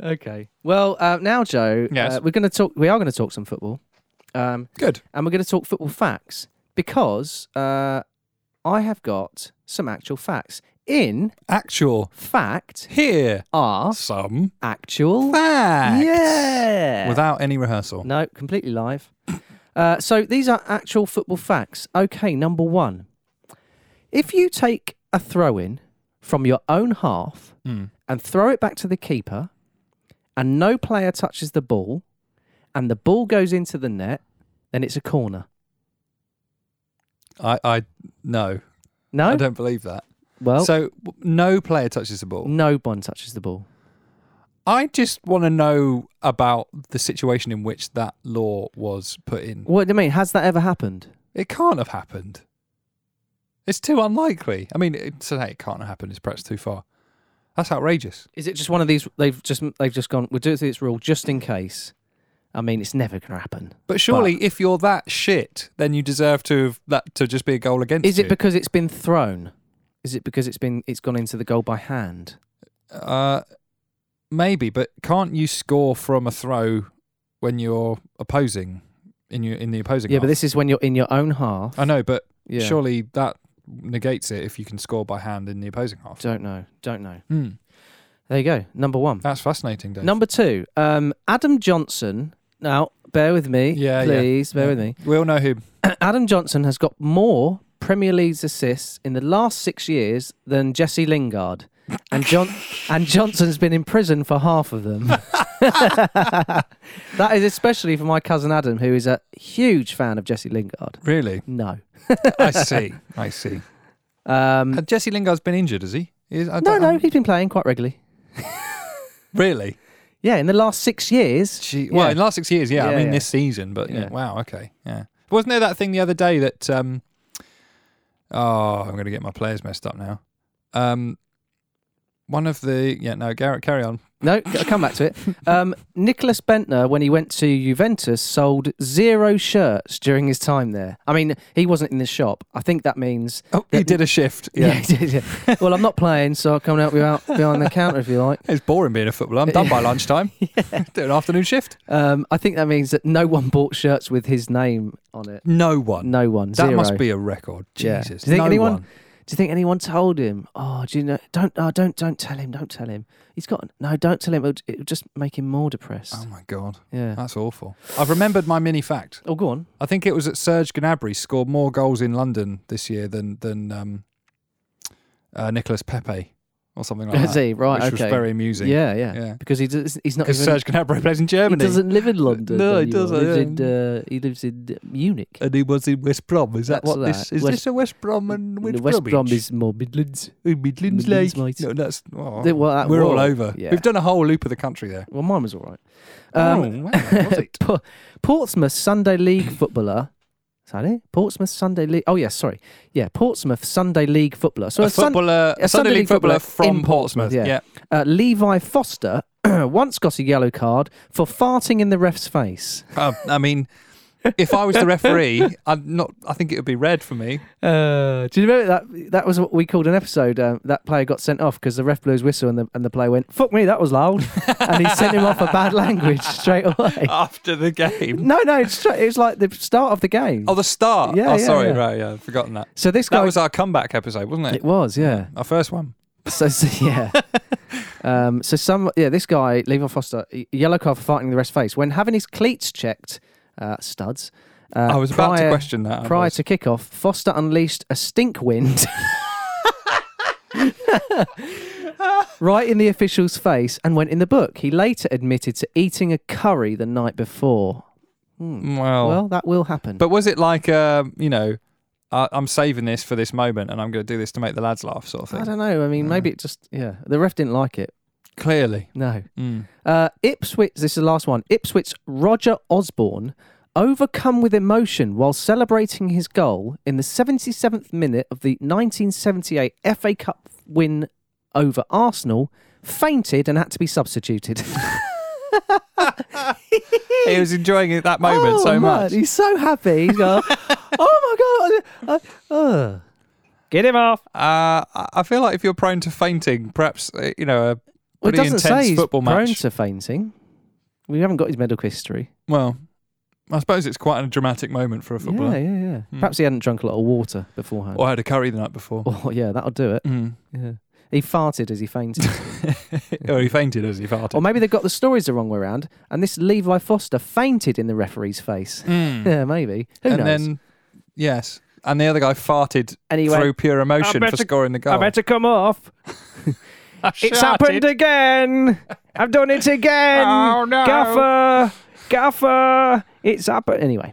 Okay. Well, uh, now, Joe,
Yes.
uh, we're going to talk. We are going to talk some football, um,
Good.
and we're going to talk football facts because uh, I have got some actual facts. In
Actual.
fact,
Here
are
some
actual
facts.
Yeah.
Without any rehearsal.
No, completely live. Uh, so these are actual football facts. Okay, number one. If you take a throw in from your own half
Mm.
and throw it back to the keeper, and no player touches the ball, and the ball goes into the net, then it's a corner.
I, I no. I
No?
don't believe that.
Well,
So w- no player touches the
Mm.
ball.
no one touches the ball.
I just want to know about the situation in which that law was put in.
What do you mean? Has that ever happened?
It can't have happened. It's too unlikely. I mean, it, to say it can't have happened is perhaps too far. That's outrageous.
Is it just one of these? They've just they've just gone. We'll do it through this rule just in case. I mean, it's never going to happen.
But surely, if you're that shit, then you deserve to have that to just be a goal against
Is it
you.
because it's been thrown? Is it because it's been it's gone into the goal by hand?
Uh, maybe, but can't you score from a throw when you're opposing in your in the opposing?
Yeah, but
half?
this is when you're in your own half.
I know, but
Yeah.
surely that negates it if you can score by hand in the opposing half.
Don't know. Don't know.
Hmm.
There you go. Number one.
That's fascinating, Dave.
Number two. Um, Adam Johnson. Now, bear with me,
Yeah, yeah.
please. Bear with me.
we all know who.
Adam Johnson has got more Premier League's assists in the last six years than Jesse Lingard, and John and Johnson's been in prison for half of them. that is especially for my cousin Adam, who is a huge fan of Jesse Lingard.
Really,
No,
I see. I see.
um,
And Uh, Jesse Lingard's been injured, has he? Is, I
no,
don't-
no, he's been playing quite regularly.
Really?
Yeah, in the last six years.
Gee, Well,
Yeah.
in the last six years, yeah. I
Yeah,
mean,
yeah.
this season, but yeah.
Yeah.
wow, okay, yeah. Wasn't there that thing the other day that? Um, oh, I'm going to get my players messed up now. Um, one of the yeah no Garrett carry on
No, I'll come back to it. Um, Nicholas Bentner, when he went to Juventus, sold zero shirts during his time there. I mean, he wasn't in the shop. I think that means
oh he did a shift
Yeah,
yeah,
he did, yeah. well, I'm not playing, so I'll come and help you out behind the counter if you like.
it's boring being a footballer I'm done by lunchtime do an afternoon shift
Um, I think that means that no one bought shirts with his name on it.
no one
No one.
that
zero.
must be a record
Yeah.
Jesus
Do you think
no
anyone-
one.
Do you think anyone told him? Oh, do you know? Don't, oh, don't, don't tell him. Don't tell him. He's got no. Don't tell him. It'll, it'll just make him more depressed.
oh my god
yeah.
that's awful I've remembered my mini fact
oh, go on.
I think it was that Serge Gnabry scored more goals in London this year than than um, uh, Nicholas Pepe or something like
Is
that,
he right?
which
okay.
was very amusing.
yeah, yeah,
Yeah.
Because he does, he's not even.
because Serge Gnabry plays in
he
Germany.
doesn't live in London.
No, he
anymore.
doesn't, Uh,
lives in, uh, he lives in Munich.
and he was in West Brom. Is that
That's
what this
that.
is?
West-
this a West Brom and West,
The West Brom
Bromwich?
is more Midlands.
Oh, Midlands,
Midlands,
like
mate.
no, that's oh,
They- well, that
we're all
were-
over.
yeah. Um,
We've done a whole loop of the country there.
Well, mine was all right.
oh, wow, was it?
P- Portsmouth Sunday League footballer. Is that it? Portsmouth Sunday League. Oh yeah, sorry. Yeah, Portsmouth Sunday League footballer. So
A
a Sun-
footballer, a Sunday League footballer from
in
Portsmouth.
yeah.
yeah.
uh, Levi Foster once got a yellow card for farting in the ref's face.
Um, I mean, if I was the referee, I'm not. I think it would be red for me.
Uh, do you remember that? That was what we called an episode. Um, that player got sent off because the ref blew his whistle and the and the player went "fuck me," that was loud, and he sent him off for bad language straight away.
after the game.
No, no, it's straight, it was like the start of the game.
Oh, the start.
Yeah,
oh,
yeah,
sorry.
yeah.
Right. Yeah. I'd Forgotten that.
so this guy
That was our comeback episode, wasn't it?
it was yeah.
Our first one.
So, so yeah. um, so some yeah, this guy Levi Foster, y- yellow card for farting in the rest face when having his cleats checked, uh, studs. Uh,
I was about to
prior-
question that. I
Prior
was.
to kickoff, Foster unleashed a stink wind right in the official's face and went in the book. He later admitted to eating a curry the night before. Hmm.
well,
Well, that will happen.
but was it like, um, you know, I I'm saving this for this moment, and I'm going to do this to make the lads laugh, sort of
I
thing?
don't know. I mean, maybe it just, yeah. The ref didn't like it.
Clearly,
No.
Mm.
Uh, Ipswich, this is the last one. Ipswich Roger Osborne, overcome with emotion while celebrating his goal in the 77th minute of the 1978 FA Cup win over Arsenal, fainted and had to be substituted.
he was enjoying it that moment
Oh,
so
man,
much.
He's so happy. He's going, oh my God. uh. I- I- Get him off.
Uh, I I feel like if you're prone to fainting, perhaps uh, you know a
Well, it
pretty
doesn't
intense
say he's
football
prone
match.
to fainting. We haven't got his medical history.
Well, I suppose it's quite a dramatic moment for a footballer. Hmm.
Yeah, yeah, yeah. Perhaps he hadn't drunk a lot of water beforehand.
Or I had a curry the night before.
Oh yeah, that'll do it.
Mm.
Yeah. He farted as he fainted.
or Oh, he fainted as he farted.
or maybe they got the stories the wrong way around, and this Levi Foster fainted in the referee's face.
Mm.
Yeah, maybe. Who
and
knows?
then, yes. And the other guy farted
Anyway,
through pure emotion
I
for
better-
scoring the goal.
I better come off.
it's happened again. I've done it again.
Oh, no.
Gaffer, Gaffer, it's happened. Anyway,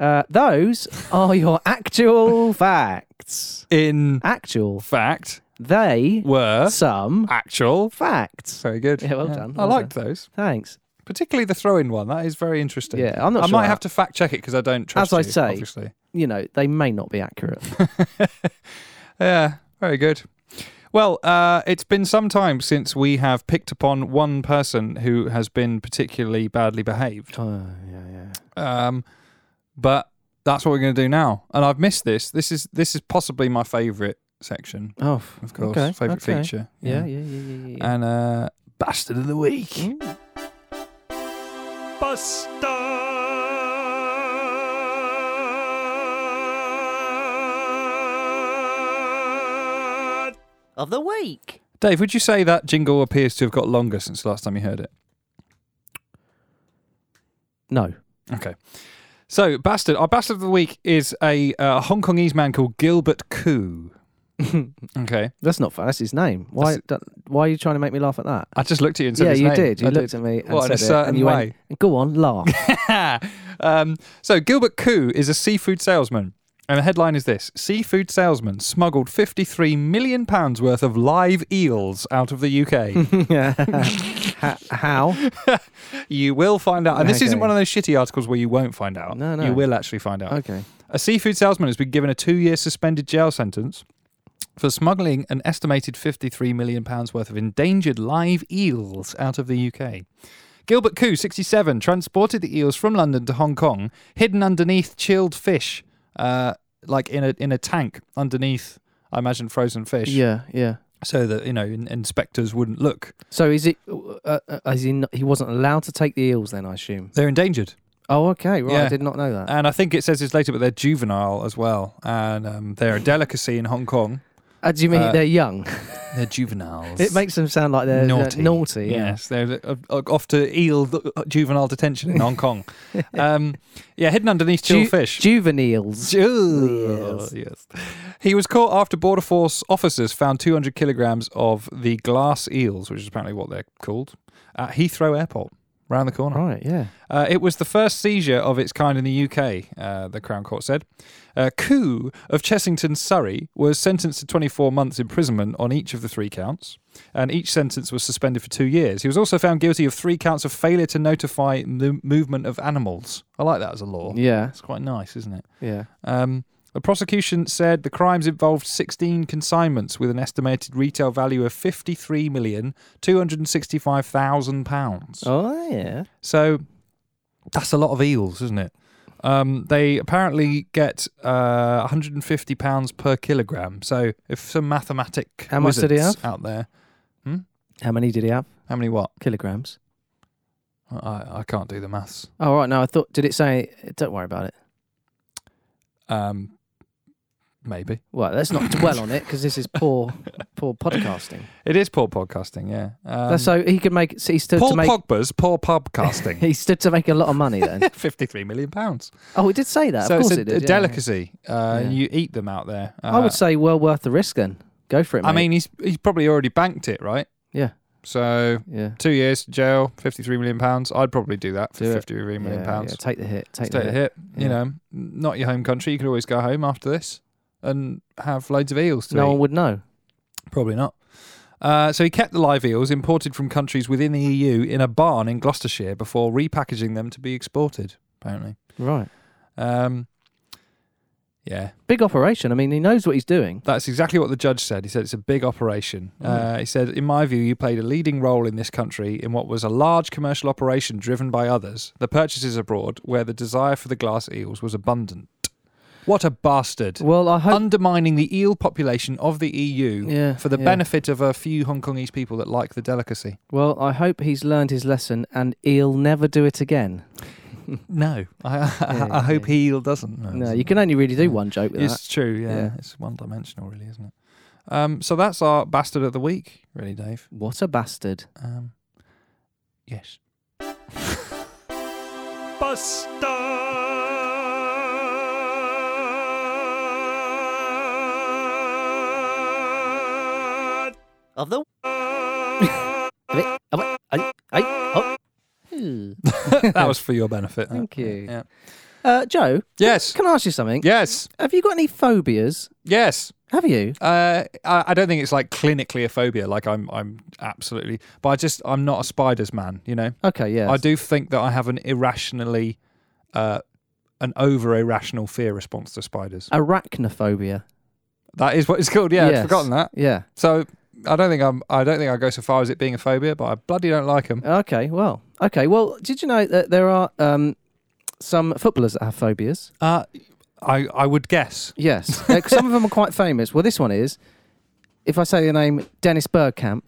uh, those are your actual facts.
In
Actual,
fact,
they
were
some
actual.
facts.
Very good.
Yeah, well done,
I
well
liked those,
Thanks.
particularly the throw-in one. That is very interesting.
Yeah, I'm not
I
sure
might
I-
have to fact check it because I don't trust.
As I
you,
say-
obviously.
You know, they may not be accurate.
Yeah, very good. Well, uh, it's been some time since we have picked upon one person who has been particularly badly behaved.
oh, yeah, yeah.
Um, but that's what we're going to do now. And I've missed this. This is this is possibly my favourite section,
Oh, f-
of course,
Okay,
favourite
okay.
feature.
yeah, yeah, yeah, yeah, yeah. Mm. yeah.
And uh, bastard of the week.
Of the week.
Dave, would you say that jingle appears to have got longer since the last time you heard it?
no.
Okay. So, bastard, our bastard of the week is a uh, Hong Kongese man called Gilbert Koo. okay.
That's not fair. That's his name. Why?
That's-
don't- why are you trying to make me laugh at that?
I just looked at you and said
yeah,
his
you
name.
did. You
I
looked at me and
Well, in a
said it,
certain
and you
way.
went, "Go on, laugh."
um, so Gilbert Koo is a seafood salesman. And the headline is this Seafood salesman smuggled £53 million worth of live eels out of the UK.
Ha- How?
you will find out. And this isn't
Okay.
one of those shitty articles where you won't find out.
No, no.
You will actually find out.
Okay.
A seafood salesman has been given a two year suspended jail sentence for smuggling an estimated £53 million worth of endangered live eels out of the UK. Gilbert Koo, 67, transported the eels from London to Hong Kong, hidden underneath chilled fish, uh, like in a, in a tank underneath, I imagine, frozen fish,
Yeah, yeah.
so that, you know, in, inspectors wouldn't look.
So is it? Uh, uh, is he? Not, he wasn't allowed to take the eels then, I assume.
They're endangered.
Oh, okay. Right.
Yeah. Uh,
I did not know that.
And I think it says this later, but they're juvenile as well. And um, they're a delicacy in Hong Kong.
Uh, do you mean
uh,
they're young?
They're juveniles.
it makes them sound like they're naughty.
naughty.
They're naughty. yeah.
Yes, they're uh, uh, off to eel uh, juvenile detention in Hong Kong. um, yeah, hidden underneath chilled
Ju-
fish.
Juveniles.
Ju- yes. He was caught after border force officers found 200 kilograms of the glass eels, which is apparently what they're called, at Heathrow Airport, round the corner.
Right. Yeah.
Uh, it was the first seizure of its kind in the UK, uh, the Crown Court said. Uh, Koo of Chessington, Surrey, was sentenced to 24 months imprisonment on each of the three counts, and each sentence was suspended for two years. He was also found guilty of three counts of failure to notify the movement of animals. I like that as a law.
Yeah.
That's quite nice, isn't it?
Yeah.
Um, the prosecution said the crimes involved 16 consignments with an estimated retail value of £53,265,000.
Oh yeah.
So that's a lot of eels, isn't it? Um, they apparently get uh, 150 pounds per kilogram. So if some mathematic
How much did he
wizards out there,
How many did he have?
how many what?
Kilograms.
I, I can't do the maths.
Oh right. No, I thought. Did it say? Don't worry about it.
Um, Maybe.
Well, let's not dwell on it because this is poor, poor podcasting.
It is poor podcasting, yeah. Um,
so he could make. So he stood
Paul
to make.
Pogba's poor podcasting.
He stood to make a lot of money then.
53 million pounds.
oh, it did say that.
So
of
it's
course
a,
it did.
a
yeah.
delicacy. Uh,
Yeah.
You eat them out there. Uh,
I would say well worth the risk then. Go for it. Mate.
I mean, he's he's probably already banked it, right?
Yeah.
So
yeah.
two years jail, 53 million pounds. I'd probably do that for
Do it.
53 million
yeah,
pounds.
yeah, take the hit.
Just
Take
Take
the
a
hit.
hit. You
Yeah.
know, not your home country. You could always go home after this and have loads of eels to
No
eat.
one would know.
Probably not. Uh, so he kept the live eels imported from countries within the EU in a barn in Gloucestershire before repackaging them to be exported. Apparently,
Right.
um, yeah,
Big operation. I mean, he knows what he's doing.
that's exactly what the judge said. He said it's a big operation.
Mm.
Uh, he said, in my view, you played a leading role in this country in what was a large commercial operation driven by others, the purchases abroad, where the desire for the glass eels was abundant. What a bastard!
Well, I hope.
undermining the eel population of the EU
Yeah,
for the
yeah.
benefit of a few Hong Kongese people that like the delicacy.
well, I hope he's learned his lesson and he'll never do it again.
No, I, I,
Yeah,
I hope
yeah.
eel doesn't.
No,
it's-
you can only really do one joke with
It's true. Yeah,
Yeah.
it's one-dimensional, really, isn't it? Um, so that's our bastard of the week, really, Dave.
that. What a bastard.
Um, yes.
Of the
Hmm. that was for your benefit.
Thank you.
Yeah.
Uh, Joe,
Yes.
can I ask you something?
Yes.
Have you got any phobias?
Yes.
Have you?
Uh, I I don't think it's like clinically a phobia. Like I'm, I'm absolutely. But I just, I'm not a spiders man. You know,
Okay, yeah.
I do think that I have an irrationally, uh, an over irrational fear response to spiders.
Arachnophobia.
That is what it's called. Yeah, I'd
Yes.
forgotten that.
Yeah.
So I don't think I'm. I don't think I go so far as it being a phobia, but I bloody don't like them.
Okay, well. Okay, well, did you know that there are um, some footballers that have phobias?
Uh, I, I would guess.
Yes. Uh, some of them are quite famous. Well, this one is. If I say the name Dennis Bergkamp,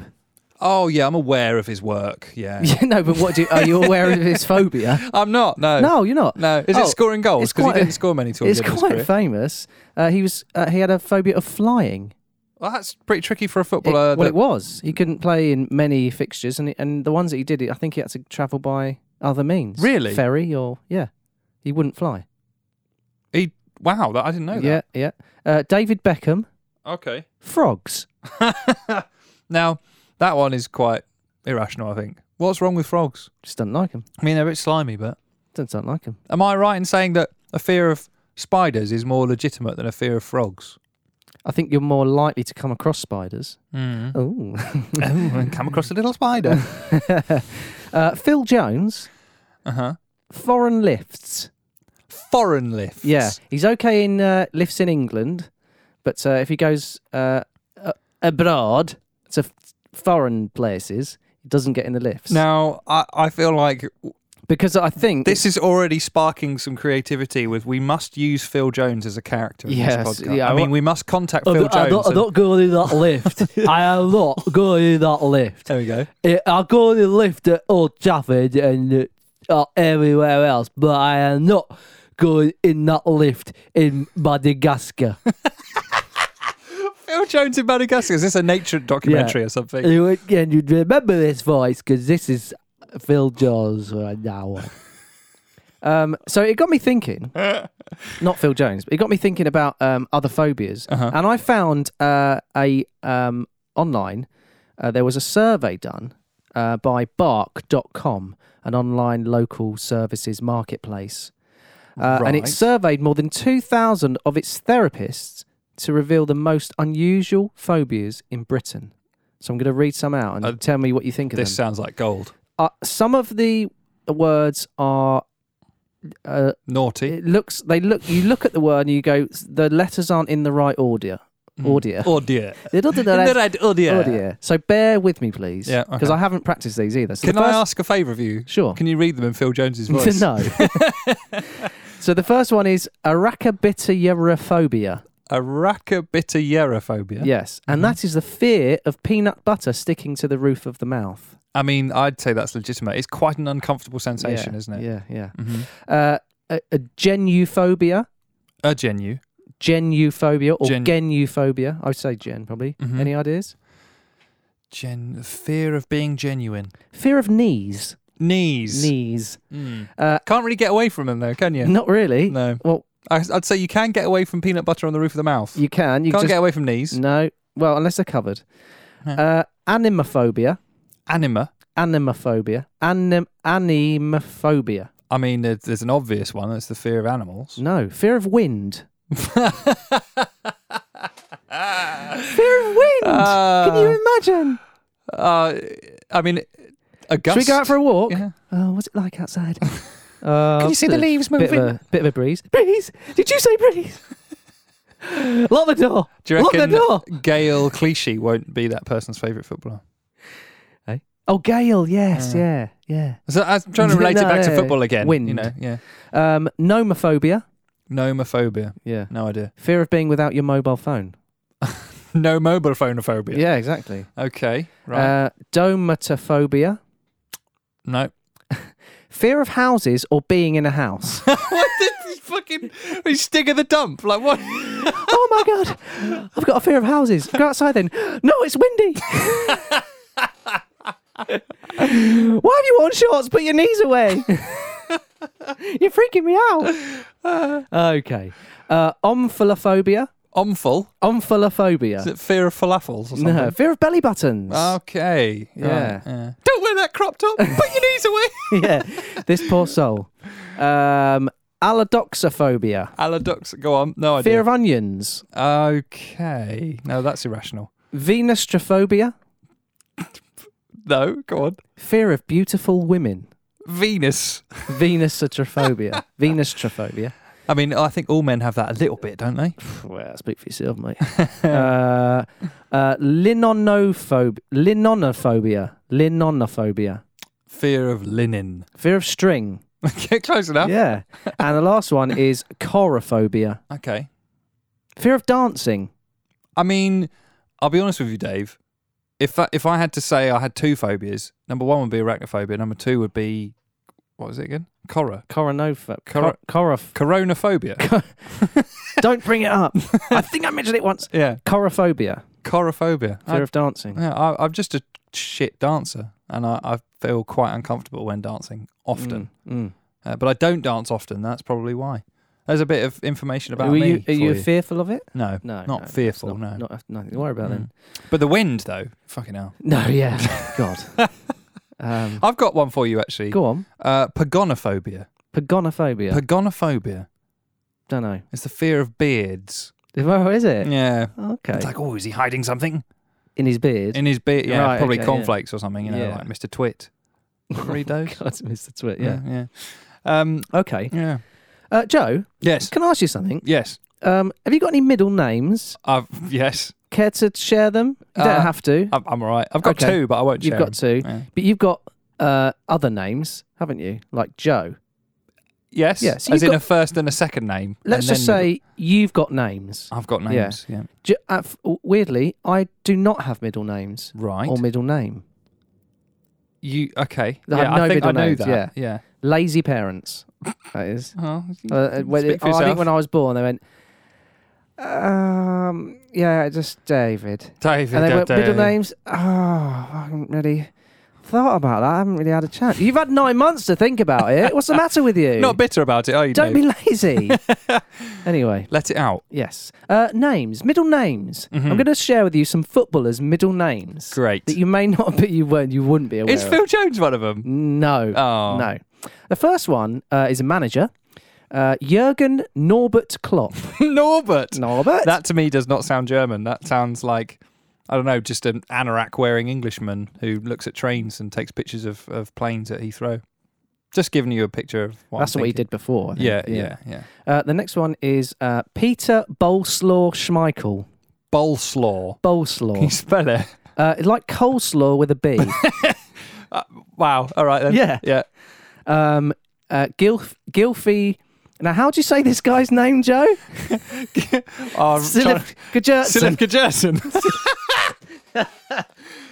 Oh yeah, I'm aware of his work. Yeah,
yeah, no, but what do you, are you aware of his phobia?
I'm not. No.
No, you're not.
No. Is
Oh,
it scoring goals?
it's
Because
quite
he
a-
didn't score many towards
It's
the end of his
quite
career.
famous. Uh, he was uh, he had a phobia of flying.
well, that's pretty tricky for a
It-
footballer.
well,
that-
it was. He couldn't play in many fixtures, and and the ones that he did, I think he had to travel by other means.
Really?
ferry or yeah, he wouldn't fly.
He wow, that I didn't know
yeah, yeah. Uh, David Beckham,
that. Okay.
frogs.
now that one is quite irrational, I think. What's wrong with frogs?
Just don't like him.
I mean, they're a bit slimy, but
Don't don't like him.
am I right in saying that a fear of spiders is more legitimate than a fear of frogs?
I think you're more likely to come across spiders.
Mm.
Oh.
and come across a little spider.
Uh, Phil Jones,
uh huh.
foreign lifts.
Foreign lifts.
Yeah, he's okay in uh, lifts in England, but uh, if he goes uh, uh, abroad to f- foreign places, he doesn't get in the lifts.
Now I, I feel like
because I think
this is already sparking some creativity. With we must use Phil Jones as a character. In
Yes,
this podcast.
yeah,
I
I
mean,
wa-
we must contact
Oh,
Phil Jones. and-
go in that lift. I am not going in that lift.
there we go.
I go in the lift at Old Trafford and uh, everywhere else, but I am not going in that lift in Madagascar.
Phil Jones in Madagascar. Is this a nature documentary or something?
You would- and you'd remember this voice because this is Phil Jones right now. um, so it got me thinking, not Phil Jones, but it got me thinking about um, other phobias. And I found uh, a um, online, uh, there was a survey done uh, by bark.com, an online local services marketplace. Uh, And it
Right.
surveyed more than 2,000 of its therapists to reveal the most unusual phobias in Britain. So I'm going to read some out and
Uh,
tell me what you think of
This
them.
sounds like gold.
Uh, some of the words are. Uh,
Naughty.
it looks. They look. You look at the word and you go. The letters aren't in the right order. Order.
Oh dear.
They're not in the
In the
right
red, oh dear.
order. So bear with me, please.
Yeah,
Because
okay.
I haven't practiced these either. So
Can
the
I
first-
ask a favour of you?
Sure.
Can you read them in Phil Jones's voice?
no. so the first one is arachibitierophobia.
Arachibitierophobia.
Yes, and
Mm-hmm.
that is the fear of peanut butter sticking to the roof of the mouth.
I mean, I'd say that's legitimate. It's quite an uncomfortable sensation, Mm-hmm.
yeah,
isn't it?
Yeah, yeah.
Mhm.
Uh, a, a genuphobia.
A genu.
genuphobia or
Gen-
genuphobia. I'd say gen probably.
Mhm.
Any ideas?
Gen- fear of being genuine.
Fear of knees.
Knees.
Knees.
Mm.
Uh,
Can't really get away from them though, can you?
Not really.
No.
Well-
I, I'd say you can get away from peanut butter on the roof of the mouth.
You can. You
Can't
just
get away from knees.
no. Well, unless they're covered. Uh, animophobia.
Anima.
Animophobia. Anim animophobia.
I mean, there- there's an obvious one. That's the fear of animals.
No. Fear of wind.
Fear
Wind. can
Uh,
you imagine?
uh, I mean, a gust.
Should we go out for a walk?
Yeah.
Oh, what's it like outside? Uh,
Can you see the leaves
Bit of, a, bit of a breeze. Breeze? Did you say breeze? Lock the door.
Do you
Lock the
reckon
door.
Gail Clichy won't be that person's favourite footballer?
Oh, Gale. Yes.
Uh.
yeah. Yeah.
So I'm trying to
No,
relate it back to
no,
football again. You
wind.
know, yeah.
Um, nomophobia.
Nomophobia.
Yeah.
No idea.
Fear of being without your mobile phone.
No mobile phonophobia.
Yeah, exactly.
Okay. Right.
Uh, domatophobia.
no.
Fear of houses or being in a house.
what did he fucking? He stick of the dump. Like what?
oh my god, I've got a fear of houses. Go outside then. No, it's windy. Why have you worn shorts? Put your knees away. You're freaking me out. okay. Uh, omphilophobia.
Omphal. Is
Omphilophobia.
it fear of falafels or something? Oh.
No, fear of belly buttons.
Okay. right,
Yeah.
Don't wear that crop top. Put your knees away.
yeah, this poor soul. Um, allodoxophobia.
Allodox. Go on. No idea.
Fear of onions.
okay. No, that's irrational.
Venustrophobia.
No. Go on.
Fear of beautiful women.
Venus.
Venusotrophobia. Venustrophobia.
I mean, I think all men have that a little bit, don't they?
Well, speak for yourself, mate. uh, uh, linonophobia. Linonophobia. Linonophobia.
Fear of linen.
Fear of string.
Okay, close enough.
Yeah. and the last one is chorophobia.
Okay.
Fear of dancing.
I mean, I'll be honest with you, Dave. If I, if I had to say I had two phobias, number one would be arachnophobia. Number two would be what was it again? Cora.
Coronopho-
Cor-
Cor- Coroph.
Coronaphobia.
Don't bring it up. I think I mentioned it once.
yeah.
Chorophobia.
Corophobia.
Fear
I-
of dancing.
yeah, I, I'm just a shit dancer, and I, I feel quite uncomfortable when dancing often.
Mm, mm.
Uh, but I don't dance often. That's probably why. There's a bit of information about
Were
me.
you,
for
are you,
you.
fearful of it?
no,
No.
not
no, it's
fearful.
not-
no. Mm.
Not, nothing to worry about then.
But the wind, though, fucking hell.
No, yeah. God. Um,
I've got one for you actually.
go on.
Uh, pagonophobia.
Pagonophobia.
Pagonophobia.
Don't know.
It's the fear of beards.
Oh, is it?
Yeah.
Okay.
It's like, oh, is he hiding something
In his beard.
in his beard? Yeah,
Right,
probably
okay, yeah.
cornflakes or something. You know,
Yeah.
like Mr. Twit. Read those.
Oh, God, Mr. Twit. Yeah.
yeah, yeah. Um,
Okay.
yeah.
Uh, Joe,
Yes,
can I ask you something?
yes.
Um, have you got any middle names?
I've yes.
Care to share them? You don't
Uh,
have to.
I'm, I'm all right. I've got
Okay.
two, but I won't.
You've
share
got
'em.
two,
Yeah.
but you've got uh, other names, haven't you? Like Joe.
Yes.
Yeah, so
As in
you've got-
a first and a second name.
Let's
and
just
then Uh.
say you've got names.
I've got
Yeah.
names. Yeah.
J- uh, f- weirdly, I do not have middle names
Right.
or middle name.
you okay?
I have
yeah,
no
I think I
middle
know
names,
that.
yeah.
Yeah.
Lazy parents. That is.
Oh,
Uh, Uh, when,
speak for
oh, I
yourself.
think when I was born, they went, um, yeah, just David.
David.
and they
uh,
went, middle
David.
names, oh, I haven't really thought about that. I haven't really had a chance. You've had nine months to think about it. What's the matter with you?
Not bitter about it, are you?
Don't
Dave?
be lazy. anyway,
Let it out.
yes. Uh, names, middle names. I'm going to share with you some footballers' middle names.
Mm-hmm. Great.
That you may not be, you weren't, you wouldn't be aware
Is
of.
Phil Jones one of them?
No.
Oh.
No. The first one uh, is a manager, uh, Jurgen Norbert Klopp.
Norbert.
Norbert?
That to me does not sound German. That sounds like I don't know, just an anorak wearing Englishman who looks at trains and takes pictures of, of planes at Heathrow. Just giving you a picture of what I'm
That's what he
thinking.
did before. I think.
Yeah, yeah, yeah.
Uh, the next one is uh, Peter Bolslaw Schmeichel.
Bolslaw. Can you
Bolslaw.
spell it?
uh, like coleslaw with a B.
Wow. All right then.
Yeah.
Yeah.
um, uh, Gilf- Gilfy. Now, how do you say this guy's name, Joe?
Oh, Silif
Silif Gjertsen.
Gerson.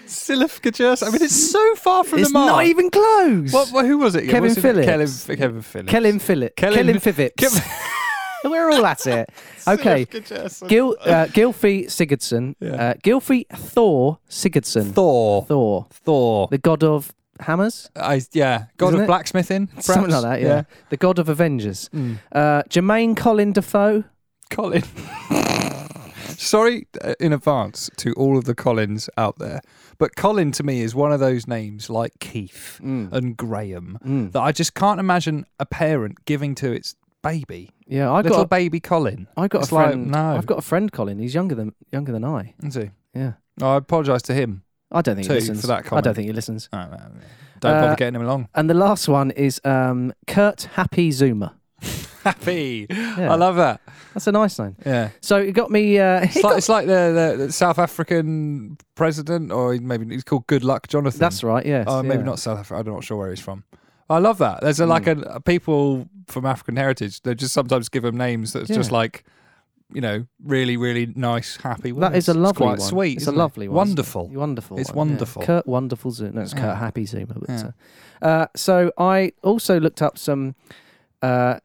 Silif Gerson. I mean, it's so far from
It's
the mark.
not even close.
What, what- who was it? again?
Kevin
What's his name?
Phillips.
Kellen, Kevin Phillips.
Kellen Phillips.
Kellen-
Kellen Phillips.
Kev-
We're all at it. Okay. Gil, uh, Gylfi Sigurdsson. Uh, Gylfi Thor Sigurdsson.
Thor.
Thor.
Thor.
The god of hammers?
I, yeah. God
Isn't
of
it?
blacksmithing. Perhaps?
Something like that, yeah. The god of Avengers. Uh, Jermaine Colin Defoe.
Colin. Sorry uh, in advance to all of the Collins out there, but Colin to me is one of those names like Keith and Graham Uh,
Mm.
that I just can't imagine a parent giving to its baby.
Yeah, I
Little
got a,
baby Colin.
I got a
It's like,
friend.
no.
I've got a friend, Colin. He's younger than younger than I.
Is he?
Yeah.
Oh, I apologise to him.
I don't think
Two
he listens.
for that
I
comment.
don't think he listens.
Oh, no, no.
Uh,
Don't bother getting him along.
And the last one is um, Kurt Happy Zuma.
Happy. I love that.
That's a nice name.
Yeah.
So it got me. Uh,
It's like, it's like the, the, the South African president, or maybe he's called Good Luck Jonathan.
that's right. Yes.
Oh, maybe
yeah. Hmm.
not South Africa. I'm not sure where he's from. I love that. There's a, like a, people from African heritage. They just sometimes give them names that's just
Yeah.
like, you know, really, really nice, happy. Words.
That is a lovely
it's quite
one.
Sweet.
It's a
isn't it?
lovely one.
Wonderful.
Wonderful.
It's
one, yeah.
wonderful.
Kurt Wonderful Zuma. No, it's Kurt Happy Zuma. But,
Yeah.
uh, uh, so I also looked up some. Uh,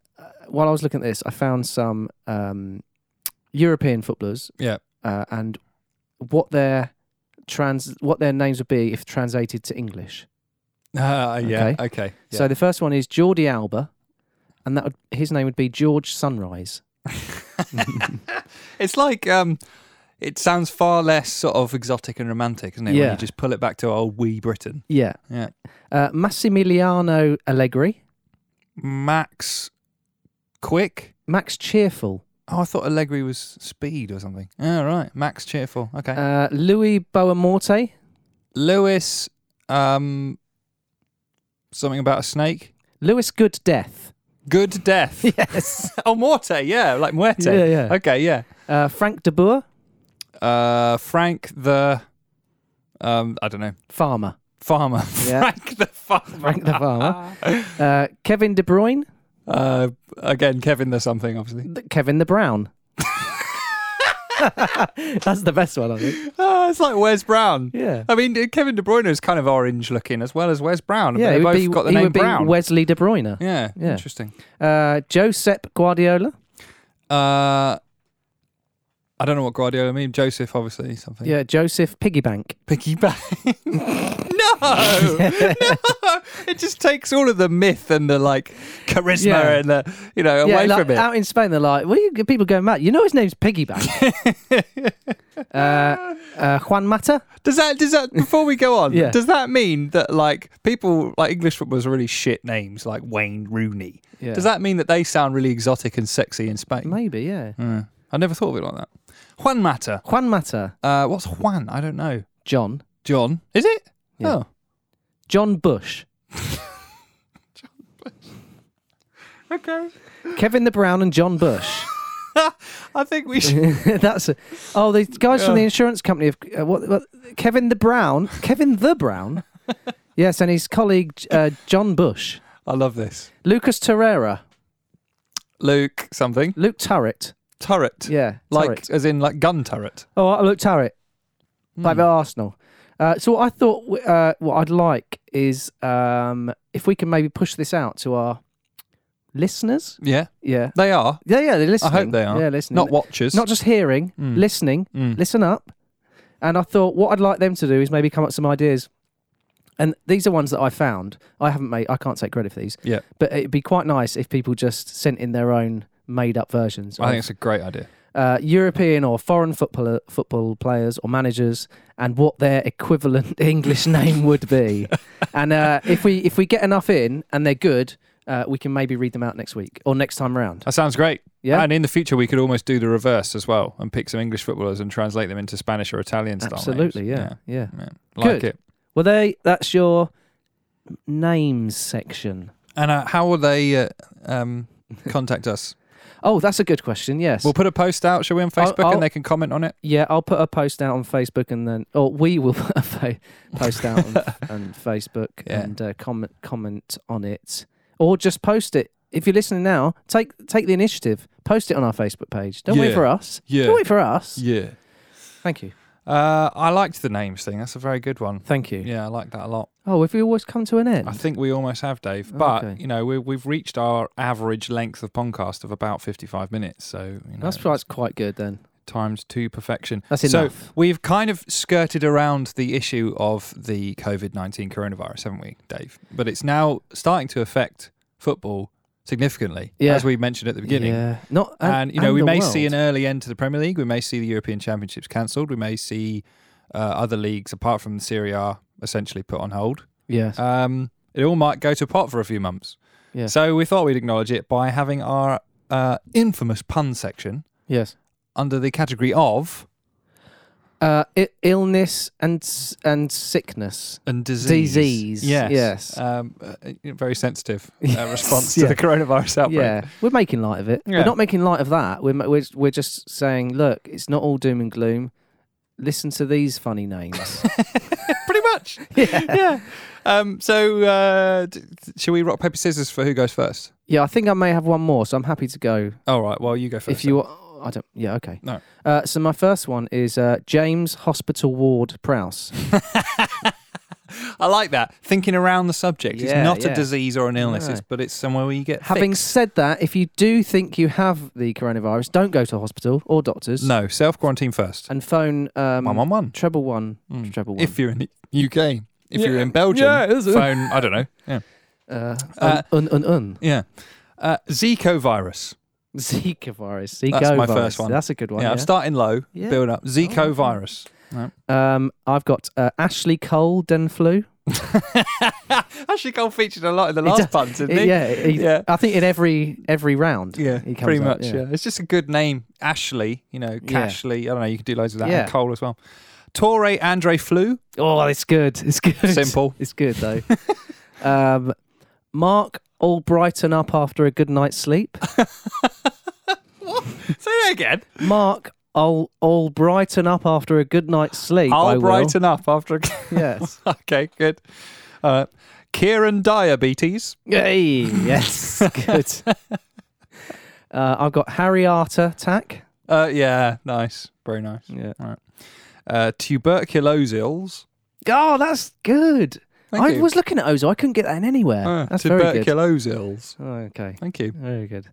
while I was looking at this, I found some um, European footballers
Yeah.
uh, and what their trans what their names would be if translated to English.
Ah, yeah. Okay.
Okay. So the first one is Jordi Alba, and that would, his name would be George Sunrise.
it's like um, it sounds far less sort of exotic and romantic, isn't it? When
Yeah.
you just pull it back to old wee Britain.
Yeah.
Yeah.
Uh, Massimiliano Allegri,
Max, quick.
Max Cheerful,
Oh, I thought Allegri was speed or something. Oh, right. Max, cheerful. Okay.
uh, Louis Boamorte,
Lewis, um, something about a snake.
Louis Good Death,
Good death. Yes. oh, morte. Yeah, like muerte.
Yeah, yeah.
Okay, yeah.
uh, Frank de Boer,
Uh, Frank the, um, I don't know,
Farmer.
farmer.
Yeah.
Frank the farmer.
Frank the Farmer. uh, Kevin De Bruyne,
Uh, again, Kevin the something, obviously.
th- Kevin the Brown. That's the best one, I think.
Uh, it's like Wes Brown.
Yeah.
I mean, uh, Kevin De Bruyne is kind of orange looking as well as Wes Brown. but
Yeah,
they
it would
both
be,
got the
he
name
would be
Brown.
Wesley De Bruyne.
yeah,
Yeah.
interesting.
Uh, Josep Guardiola.
Uh, I don't know what Guardiola mean. Joseph, obviously, something.
Yeah, Joseph Piggybank.
Piggy bank. no, no. It just takes all of the myth and the like charisma
Yeah.
and the you know away
like, uh,
from it.
Out in Spain, they're like, "What are you people going mad? You know his name's Piggyback." uh, uh, Juan Mata.
Does that does that before we go on?
Yeah.
Does that mean that like people like English footballers are really shit names like Wayne Rooney?
Yeah.
Does that mean that they sound really exotic and sexy in Spain? Hmm.
Maybe, yeah.
I never thought of it like that. Juan Mata.
Juan Mata.
Uh, what's Juan? I don't know.
John.
John. Is it?
Yeah.
Oh.
John Bush.
Okay.
Kevin the Brown and John Bush.
I think we should.
That's a, oh, the guys from the insurance company of uh, what, what Kevin the Brown, Kevin the Brown. yes, and his colleague uh, John Bush,
I love this.
Lucas Torreira,
Luke something.
Luke Turret.
Turret.
Yeah,
Like Hmm.
Turret.
as in like gun turret.
Oh, I looked at it. Like the Arsenal. Uh, so what I thought, w- uh, what I'd like is um, if we can maybe push this out to our listeners.
Yeah.
Yeah,
They are.
yeah, yeah. They're
I
listening.
hope they are.
Yeah, listening.
Not Hmm. watchers.
Not just hearing, listening. Listen up. And I thought what I'd like them to do is maybe come up with some ideas. And these are ones that I found. I haven't made. I can't take credit for these.
Yeah.
But it'd be quite nice if people just sent in their own made-up versions.
I
of-
think it's a great idea.
uh, European or foreign football football players or managers and what their equivalent English name would be. and uh, if we if we get enough in and they're good, uh, we can maybe read them out next week or next time round.
That sounds great.
Yeah.
And in the future, we could almost do the reverse as well and pick some English footballers and translate them into Spanish or Italian style. names.
Absolutely, yeah, yeah.
yeah. Like
Good.
it.
Well, they that's your names section.
And uh, how will they uh, um, contact us?
Oh, that's a good question. Yes.
We'll put a post out, shall we, on
I'll-
Facebook
I'll-
and they can comment on it?
yeah, I'll put a post out on Facebook and then, or we will put a fo- post out on, on Facebook
Yeah.
and uh, comment comment on it, or just post it. If you're listening now, take take the initiative, post it on our Facebook page. Don't
Yeah.
wait for us.
Yeah.
Don't wait for us.
Yeah.
Thank you.
Uh, I liked the names thing. That's a very good one.
Thank you.
Yeah, I like that a lot.
Oh, if we always come to an end.
I think we almost have, Dave. But
Oh, Okay.
you know, we, we've reached our average length of podcast of about fifty-five minutes. So you know,
That's right. It's quite good then.
times to perfection.
That's
So
enough.
we've kind of skirted around the issue of the COVID nineteen coronavirus, haven't we, Dave? But it's now starting to affect football significantly,
Yeah.
as we mentioned at the beginning.
Yeah. Not. And,
And you know,
and
we
the
may see an
world.
early end to the Premier League. We may see the European Championships cancelled. We may see uh, other leagues apart from the Serie A essentially put on hold.
Yes.
Um, it all might go to pot for a few months.
Yeah.
So we thought we'd acknowledge it by having our uh, infamous pun section
yes.
under the category of
Uh, I- illness and s- and sickness.
and disease.
Disease,
Yes.
yes.
Um, uh, very sensitive uh,
Yes,
response
yeah.
to the coronavirus outbreak.
Yeah, we're making light of it.
Yeah.
We're not making light of that. We're, ma- we're we're just saying, look, it's not all doom and gloom. Listen to these funny names.
Pretty much. yeah. Um, so uh, d- d- shall we rock, paper, scissors for who goes first?
yeah, I think I may have one more, so I'm happy to go.
All right. Well, you go first.
if you, I don't. Yeah, okay.
No.
Uh, so my first one is uh, James Hospital Ward Prowse.
I like that. Thinking around the subject. it's
Yeah,
not a
yeah.
disease or an illness,
No.
it's, but it's somewhere where you get
Having
fixed.
said that, if you do think you have the coronavirus, don't go to hospital or doctors.
No, self quarantine first.
And phone um,
one on one.
treble one,
Mm.
treble one.
If you're in the UK, if you're in Belgium,
Yeah, it is.
phone, I don't know. Yeah.
uh,
uh,
un, un, un, un.
Yeah. Uh, Zico virus.
Zika virus. Zika
That's my
virus.
first one.
That's a good one.
yeah, Oh, I'm
yeah.
starting low,
Yeah.
building up. Zico
okay.
virus.
Um, I've got uh, Ashley Cole Denflu.
Actually, Cole featured a lot in the
He
last
does.
puns, didn't he?
Yeah, he-
Yeah.
I think in every every round.
Yeah,
he comes
pretty
up,
much. Yeah. it's just a good name, Ashley. You know, Cashley. I don't know. You can do loads of that.
Yeah.
And Cole as well. Torre Andre Flew.
Oh, it's good. It's good.
Simple.
It's good though. um, Mark all brighten up after a good night's sleep.
Say that again.
Mark all all brighten up after a good night's sleep. I
I'll
will.
brighten up after.
Yes.
A... okay, good. Uh, Kieran diabetes.
Yay. Yes. good. Uh, I've got Harry Arter tack.
Uh, yeah, nice. Very nice.
Yeah.
Uh, tuberculosils.
Oh, that's good.
Thank
I
you.
was looking at Ozo. I couldn't get that in anywhere.
Uh,
that's very good.
tuberculosils.
Oh, okay.
Thank you.
Very good.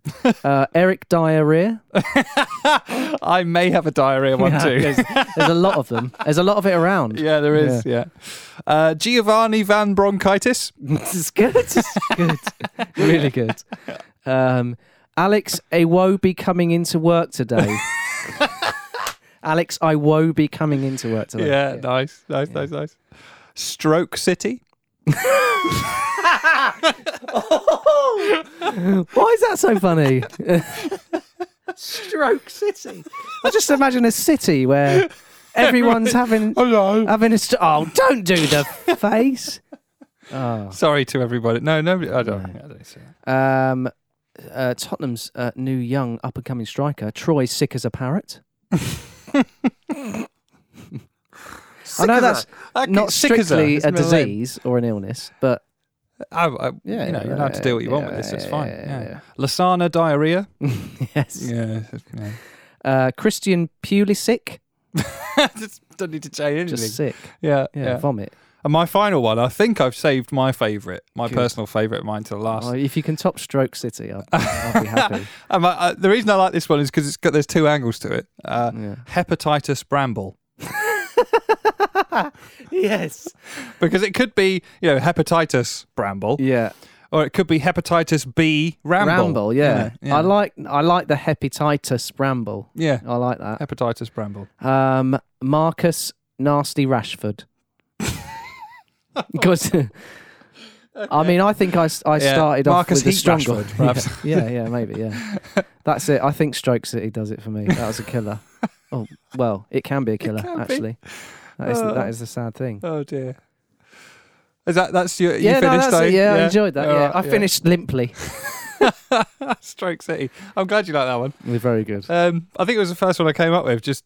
Uh, Eric Diarrhea.
I may have a diarrhea one
Yeah,
too.
There's, there's a lot of them. There's a lot of it around.
Yeah, there is. Yeah. Uh, Giovanni van bronchitis.
it's good. It's good. really good. Um, Alex Iwobi coming into work today. Alex Iwobi coming into work today.
yeah, nice, nice, nice, nice. Stroke City.
Why is that so funny? Stroke City. I just imagine a city where everyone's having
Hello.
having a st- oh, don't do the face. Oh.
Sorry to everybody. No, nobody. I don't. I don't see that.
Um, uh, Tottenham's uh, new young up and coming striker, Troy, sick as a parrot. I know that's
That
not
gets sick as
strictly
her. It's
a
my name.
disease or an illness, but
I, I,
Yeah,
you know, you're
yeah,
allowed to do what you want with
yeah,
this. It's
yeah,
fine.
yeah,
Yeah.
yeah.
Lasana diarrhea.
yes.
Yeah. yeah.
Uh, Christian Pulisic,
Just don't need to change anything.
just sick.
yeah,
Yeah,
yeah.
vomit.
And my final one, I think I've saved my favourite, my
Good.
personal favourite of mine to the last.
Oh, if you can top Stroke City, I'll, I'll be happy.
And I, I, the reason I like this one is because it's got there's two angles to it. Uh,
Yeah.
Hepatitis bramble,
yes.
because it could be you know hepatitis bramble,
Yeah.
or it could be hepatitis B ramble.
Ramble. yeah.
You know, yeah.
I like I like the hepatitis ramble.
yeah.
I like that.
Hepatitis bramble.
Um, Marcus Nasty Rashford. Because I mean, I think I, s- I
Yeah,
started
Marcus
off with
Heat
the stronger.
Rashford, perhaps.
yeah, yeah, maybe, yeah. That's it. I think Stroke City does it for me. That was a killer. Oh well, it can be a killer
can be.
actually. That is
Oh.
that is the sad thing.
Oh dear. Is that that's your?
yeah,
you
no,
finished
that's
though?
it. Yeah, I enjoyed that.
All
yeah,
right,
I finished limply.
Stroke City. I'm glad you like that one.
We're very good.
Um, I think it was the first one I came up with, just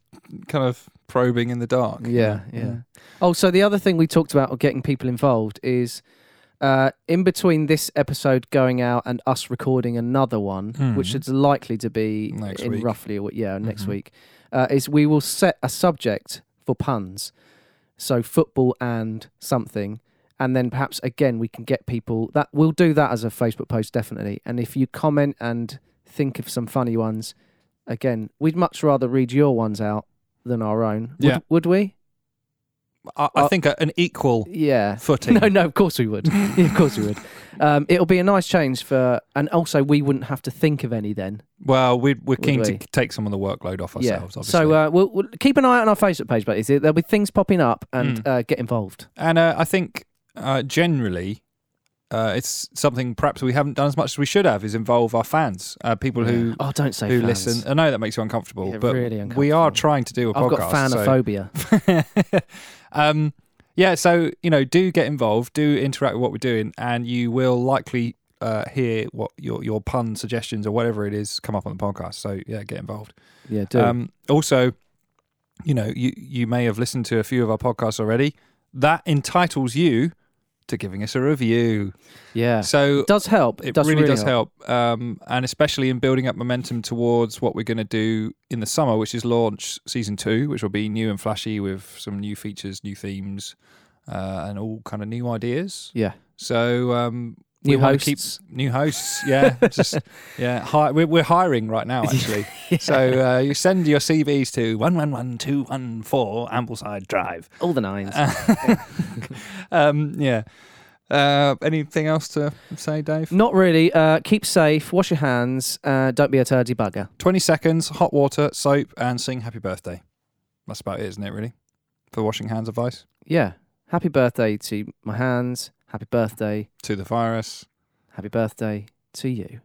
kind of probing in the dark.
Yeah, yeah. Oh, so the other thing we talked about of getting people involved is uh, in between this episode going out and us recording another one, which is likely to be
Next
in
week.
roughly a w- yeah next week, uh, is we will set a subject for puns. So football and something. And then perhaps again we can get people that we'll do that as a Facebook post definitely. And if you comment and think of some funny ones, again, we'd much rather read your ones out than our own. Would,
Yeah.
would we?
I, I think a- an equal
Uh, Yeah.
footing.
No, no, of course we would. Yeah, of course we would. Um, it'll be a nice change for, and also we wouldn't have to think of any then.
Well, we, we're keen to
we?
take some of the workload off ourselves,
yeah.
obviously.
So uh, we'll, we'll keep an eye on our Facebook page, but is it- there'll be things popping up and
Mm.
uh, get involved.
and uh, I think uh, generally, uh, it's something perhaps we haven't done as much as we should have is involve our fans, uh, people who
Oh, don't say
who
fans.
listen. I know that makes you uncomfortable,
Yeah,
but
really
we
uncomfortable.
are trying to do a
I've got
podcast.
fanophobia.
so- um, yeah, so you know, do get involved, do interact with what we're doing, and you will likely uh, hear what your your pun suggestions or whatever it is come up on the podcast. So yeah, get involved.
yeah, do.
Um, also, you know, you you may have listened to a few of our podcasts already. That entitles you to giving us a review.
yeah.
So
It does help.
it
does
really, does help, Um, and especially in building up momentum towards what we're going to do in the summer, which is launch season two, which will be new and flashy with some new features, new themes, uh, and all kind of new ideas.
Yeah.
So um, we
New
wanna
hosts.
keep new hosts. Yeah, just yeah. Hi, we're, we're hiring right now actually. So uh, you send your CVs to one one one two one four Ambleside Drive.
All the nines.
Uh, Um, yeah. Uh, anything else to say, Dave?
Not really. Uh, keep safe. Wash your hands. Uh, don't be a turdy bugger.
20 seconds, hot water, soap, and sing happy birthday. That's about it, isn't it, really? For washing hands advice
Yeah. Happy birthday to my hands. Happy birthday.
to the virus.
Happy birthday to you.